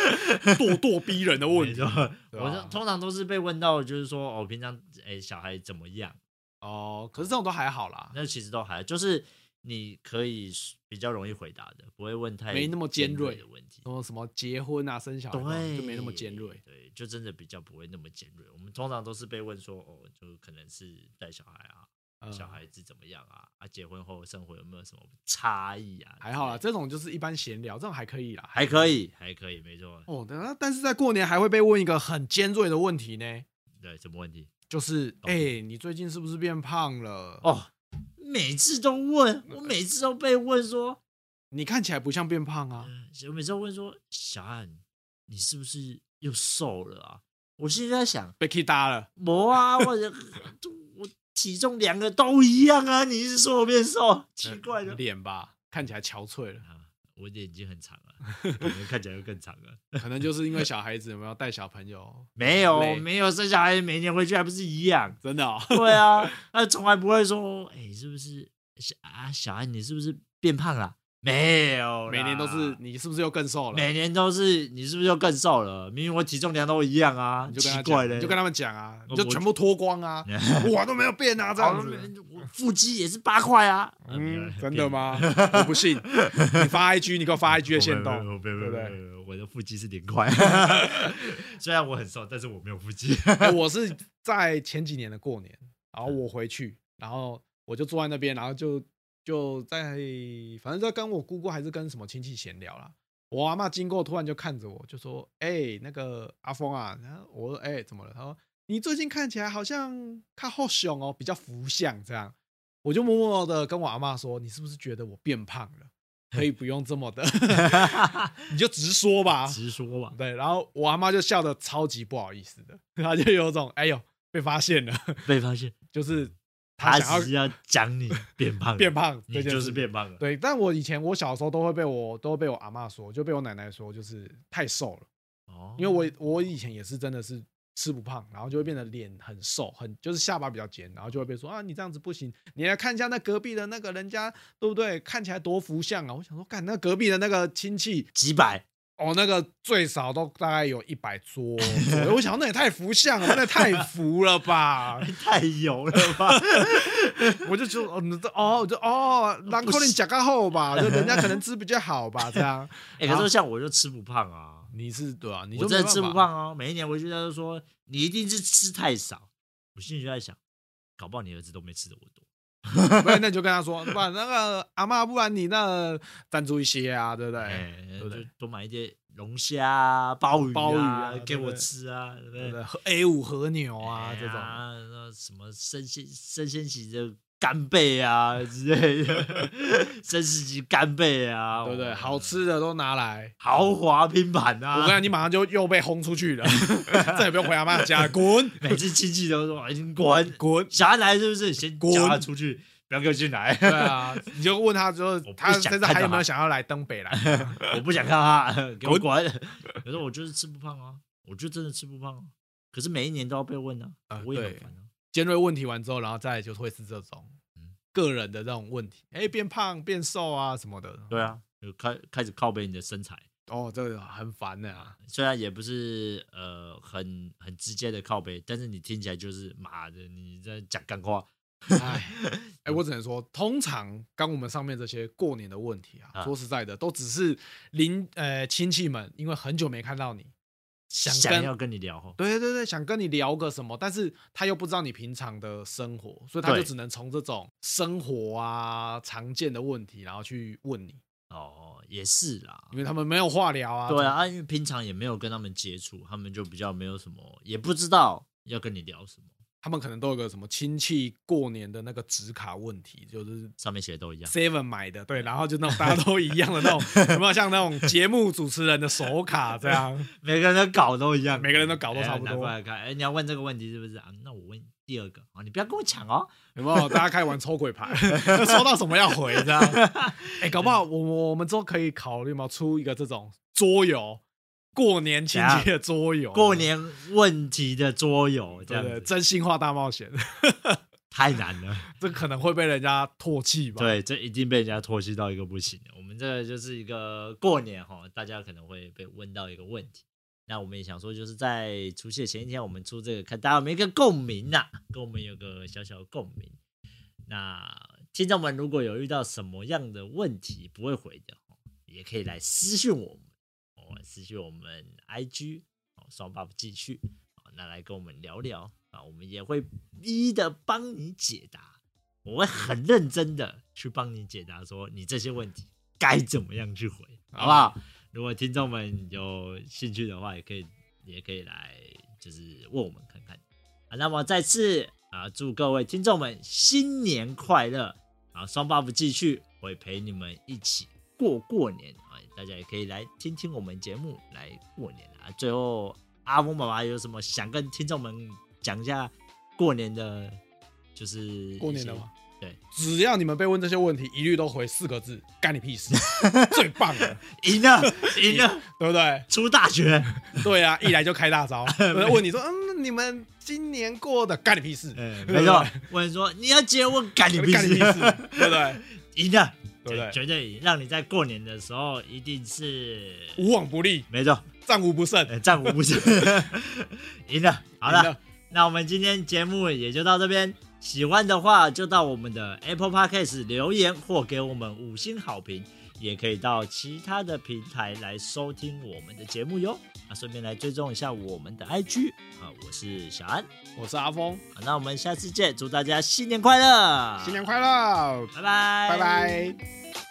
[SPEAKER 2] 咄咄逼人的 问题
[SPEAKER 1] 对
[SPEAKER 2] 对啊
[SPEAKER 1] 我就通常都是被问到，就是说哦，平常哎小孩怎么样？
[SPEAKER 2] 哦，可是这种都还好啦，
[SPEAKER 1] 那其实都还就是你可以比较容易回答的，不会问太
[SPEAKER 2] 没那么尖锐
[SPEAKER 1] 的问题
[SPEAKER 2] 什。么什么结婚啊、生小孩
[SPEAKER 1] 对，
[SPEAKER 2] 就没那么尖锐。
[SPEAKER 1] 对，就真的比较不会那么尖锐。我们通常都是被问说，哦，就可能是带小孩啊，
[SPEAKER 2] 嗯
[SPEAKER 1] 小孩子怎么样啊，啊，结婚后生活有没有什么差异啊？
[SPEAKER 2] 还好啦，
[SPEAKER 1] 之类的
[SPEAKER 2] 这种就是一般闲聊，这种还可以啦。
[SPEAKER 1] 还可以，还可以，没错。
[SPEAKER 2] 哦，等下，但是在过年还会被问一个很尖锐的问题呢，
[SPEAKER 1] 对，什么问题？
[SPEAKER 2] 就是
[SPEAKER 1] 哦
[SPEAKER 2] 哎、你最近是不是变胖了？哦，
[SPEAKER 1] 哦，每次都问，
[SPEAKER 2] 嗯
[SPEAKER 1] 我每次都被问说，
[SPEAKER 2] 你看起来不像变胖啊。
[SPEAKER 1] 嗯，我每次都问说，小安，你是不是又瘦了啊？我现在在想，
[SPEAKER 2] 被 K 搭了，
[SPEAKER 1] 我啊， 或者我体重两个都一样啊，你是说我变瘦？ 奇
[SPEAKER 2] 嗯
[SPEAKER 1] 怪的，
[SPEAKER 2] 脸吧，看起来憔悴了，
[SPEAKER 1] 啊，我的眼睛很长啊，可能看起来又更长 了。
[SPEAKER 2] 可能就是因为小孩子有没有带小朋友，
[SPEAKER 1] 没有，
[SPEAKER 2] 累？
[SPEAKER 1] 没有生小孩，每年回去还不是一样
[SPEAKER 2] 真的、哦，
[SPEAKER 1] 对啊，他从来不会说，哎、是不是小啊，小孩你是不是变胖了？没有啦，
[SPEAKER 2] 每年都是你是不是又更瘦了？
[SPEAKER 1] 每年都是，你是不是又更瘦了？明明我体重量都一样啊，
[SPEAKER 2] 你就跟
[SPEAKER 1] 奇
[SPEAKER 2] 他
[SPEAKER 1] 怪
[SPEAKER 2] 讲，
[SPEAKER 1] 嘞，
[SPEAKER 2] 你就跟他们讲啊，你就
[SPEAKER 1] 我
[SPEAKER 2] 全部脱 光啊，我都没有变啊，这样子。
[SPEAKER 1] 哦我腹肌也是八块啊，啊没有
[SPEAKER 2] 嗯
[SPEAKER 1] 啦，
[SPEAKER 2] 真
[SPEAKER 1] 变
[SPEAKER 2] 的吗？ 我不信，你 发 IG，你给我发 IG 的
[SPEAKER 1] 我没
[SPEAKER 2] 线
[SPEAKER 1] 有
[SPEAKER 2] 动，
[SPEAKER 1] 没有没有
[SPEAKER 2] 对
[SPEAKER 1] 没有
[SPEAKER 2] 不对？
[SPEAKER 1] 没有我的腹肌是零 块，虽然我很瘦，但是我没有腹肌。
[SPEAKER 2] 哎我是在前几年的过年，然后我回去，然后我就坐在那边，然后就就在反正在跟我姑姑还是跟什么亲戚闲聊啦。我阿嬷经过，突然就看着我，就说：“哎、那个阿峰啊，然后我说哎、怎么了？”他说：“你最近看起来好像看后熊哦，比较福相这样。”我就默默的跟我阿嬷说：“你是不是觉得我变胖了？可以不用这么的， 你就直说吧。”
[SPEAKER 1] 直说吧，
[SPEAKER 2] 对，然后我阿妈就笑得 超级不好意思的，她就有种哎呦被发现了，
[SPEAKER 1] 被发现
[SPEAKER 2] 就是
[SPEAKER 1] 他
[SPEAKER 2] 想要
[SPEAKER 1] 只是要讲你变胖，
[SPEAKER 2] 变，胖，
[SPEAKER 1] 你就是
[SPEAKER 2] 变。
[SPEAKER 1] 变胖了。
[SPEAKER 2] 对，但我以前我小时候都会被我都会被我阿嬷说，就被我奶奶说，就是太瘦了。
[SPEAKER 1] 哦，
[SPEAKER 2] 因为我我以前也是真的是吃不胖，然后就会变得脸很瘦，很就是下巴比较尖，然后就会被说啊你这样子不行，你来看一下那隔壁的那个人家对不对？看起来多福相啊！我想说，干那隔壁的那个亲戚
[SPEAKER 1] 几百，
[SPEAKER 2] 哦，那个最少都大概有一百桌左右，我想那也太福相了，那也太福了吧！
[SPEAKER 1] 太油了吧？
[SPEAKER 2] 我就觉得哦，你这哦，我就哦，兰可能讲个后吧，就人家可能吃比较好吧，这样。
[SPEAKER 1] 哎，可是像我就吃不胖啊，
[SPEAKER 2] 你是对啊，你就
[SPEAKER 1] 我真的吃
[SPEAKER 2] 没
[SPEAKER 1] 不
[SPEAKER 2] 办法，
[SPEAKER 1] 胖哦。每一年回去他就说你一定是吃太少，我心里就在想，搞不好你儿子都没吃的我多。
[SPEAKER 2] 不然那你就跟他说，不然那个阿嬷，不然你那赞助一些啊，对不对？
[SPEAKER 1] 哎，
[SPEAKER 2] 不
[SPEAKER 1] 就
[SPEAKER 2] 对
[SPEAKER 1] 多买一些龙虾啊、鲍鱼
[SPEAKER 2] 鲍鱼啊
[SPEAKER 1] 啊
[SPEAKER 2] 对不
[SPEAKER 1] 给我
[SPEAKER 2] 对
[SPEAKER 1] 吃啊，对不
[SPEAKER 2] 对
[SPEAKER 1] 对
[SPEAKER 2] 不？对？A 五和牛啊
[SPEAKER 1] 哎
[SPEAKER 2] 这种，
[SPEAKER 1] 呀那什么生鲜生鲜级的干贝 啊之类的，生食级干贝啊，
[SPEAKER 2] 对不对？
[SPEAKER 1] 哦
[SPEAKER 2] 好吃的都拿来。
[SPEAKER 1] 豪华拼盘
[SPEAKER 2] 我
[SPEAKER 1] 啊！
[SPEAKER 2] 跟你讲，你马上就又被轰出去了， 再也不用回阿妈家，滚
[SPEAKER 1] 每次亲戚都说哎：“你滚，
[SPEAKER 2] 滚！
[SPEAKER 1] 小孩来是不是？先
[SPEAKER 2] 滚
[SPEAKER 1] 叫他出去，不要给我进来，
[SPEAKER 2] 对啊，你就问 他说
[SPEAKER 1] 不，
[SPEAKER 2] 他
[SPEAKER 1] 想
[SPEAKER 2] 现
[SPEAKER 1] 看
[SPEAKER 2] 在还有
[SPEAKER 1] 到
[SPEAKER 2] 没有
[SPEAKER 1] 他
[SPEAKER 2] 想要来东北 来？
[SPEAKER 1] 我不想看他， 给我
[SPEAKER 2] 滚
[SPEAKER 1] 滚。”可是我就是吃不胖啊，我就真的吃不胖啊。可是每一年都要被问啊
[SPEAKER 2] 啊，
[SPEAKER 1] 我也很
[SPEAKER 2] 对
[SPEAKER 1] 烦啊。
[SPEAKER 2] 尖锐问题完之后，然后再来就会是这种
[SPEAKER 1] 嗯
[SPEAKER 2] 个人的这种问题，哎、变胖、变瘦啊什么的。
[SPEAKER 1] 对啊，就开开始靠背你的身材。
[SPEAKER 2] 哦，这个很烦的 啊。
[SPEAKER 1] 虽然也不是呃很很直接的靠背，但是你听起来就是妈的你在讲干话，
[SPEAKER 2] 哎，哎，我只能说，通常刚我们上面这些过年的问题啊，
[SPEAKER 1] 啊
[SPEAKER 2] 说实在的，都只是邻呃亲戚们，因为很久没看到你，想
[SPEAKER 1] 想
[SPEAKER 2] 跟
[SPEAKER 1] 要跟你聊哦，
[SPEAKER 2] 对对对，想跟你聊个什么，但是他又不知道你平常的生活，所以他就
[SPEAKER 1] 对
[SPEAKER 2] 只能从这种生活啊常见的问题，然后去问你，
[SPEAKER 1] 哦，也是啦
[SPEAKER 2] 因，为他们没有话聊嗯啊。
[SPEAKER 1] 对啊，，啊因为平常也没有跟他们接触，他们就比较没有什么，也不知道要跟你聊什么，
[SPEAKER 2] 他们可能都有个什么亲戚过年的那个纸卡问题，就是
[SPEAKER 1] 上面写的都一样。
[SPEAKER 2] Seven 买的，对，然后就那种大家都一样的 那种，有没有像那种节目主持人的手卡这样？
[SPEAKER 1] 每个人的稿都一样，
[SPEAKER 2] 每个人的稿都差不多
[SPEAKER 1] 哎拿过来看，哎，你要问这个问题是不是啊？那我问第二个啊，你不要跟我抢哦。
[SPEAKER 2] 有没有？大家开始玩抽鬼牌， 收到什么要回这样？哎、搞不好我我我们之后可以考虑嘛，出一个这种桌游，过年亲戚的桌游，
[SPEAKER 1] 过年问题的桌游这
[SPEAKER 2] 对
[SPEAKER 1] 样
[SPEAKER 2] 嗯对，
[SPEAKER 1] 子
[SPEAKER 2] 真心话大冒险，
[SPEAKER 1] 太难了。
[SPEAKER 2] 这可能会被人家唾弃吧？啊
[SPEAKER 1] 对，这一定被人家唾弃到一个不行。我们这个就是一个过年哈，大家可能会被问到一个问题。那我们也想说，就是在除夕的前一天，我们出这个，看大家有没有一个共鸣呐、跟我们有个小小的共鸣。那听众们如果有遇到什么样的问题不会回的，哦也可以来私讯我们，哦，私讯我们 IG 哦，双 buff 继续，哦，那来跟我们聊聊啊，我们也会一一的帮你解答。我会很认真的去帮你解答，说你这些问题该怎么样去回，
[SPEAKER 2] 好
[SPEAKER 1] 好不好？如果听众们有兴趣的话，也可以也可以来，就是呃问我们看看。啊，那么再次啊，祝各位听众们新年快乐！啊，双 buff 继续会陪你们一起过过年啊，大家也可以来听听我们节目来过年啊。最后，阿峰爸爸有什么想跟听众们讲一下过年的，就是
[SPEAKER 2] 过年
[SPEAKER 1] 一些
[SPEAKER 2] 的嘛，
[SPEAKER 1] 对，
[SPEAKER 2] 只要你们被问这些问题，一律都回四个字：干你屁事， 最棒了，
[SPEAKER 1] 赢了，赢了，
[SPEAKER 2] 对不对？
[SPEAKER 1] 出大学，
[SPEAKER 2] 对啊，一来就开大招，问你说，嗯，你们今年过的干你屁事，
[SPEAKER 1] 嗯，没错。 我跟你说，你要结婚干你
[SPEAKER 2] 对不
[SPEAKER 1] 屁
[SPEAKER 2] 对，干你屁事，
[SPEAKER 1] 事，
[SPEAKER 2] 对不对？
[SPEAKER 1] 赢了，
[SPEAKER 2] 对不对
[SPEAKER 1] 绝对赢，让你在过年的时候一定是
[SPEAKER 2] 无往不利，
[SPEAKER 1] 没错，
[SPEAKER 2] 战无不胜。
[SPEAKER 1] 呃战无不胜，赢了。 好
[SPEAKER 2] 赢
[SPEAKER 1] 了
[SPEAKER 2] 了，
[SPEAKER 1] 那我们今天节目也就到这边。喜欢的话，就到我们的 Apple Podcast 留言或给我们五星好评，也可以到其他的平台来收听我们的节目哟。啊，顺便来追踪一下我们的 IG 啊，我是小安。
[SPEAKER 2] 我是阿峰，
[SPEAKER 1] 好，那我们下次见，祝大家新年快乐，
[SPEAKER 2] 新年快乐，
[SPEAKER 1] 拜拜，
[SPEAKER 2] 拜拜。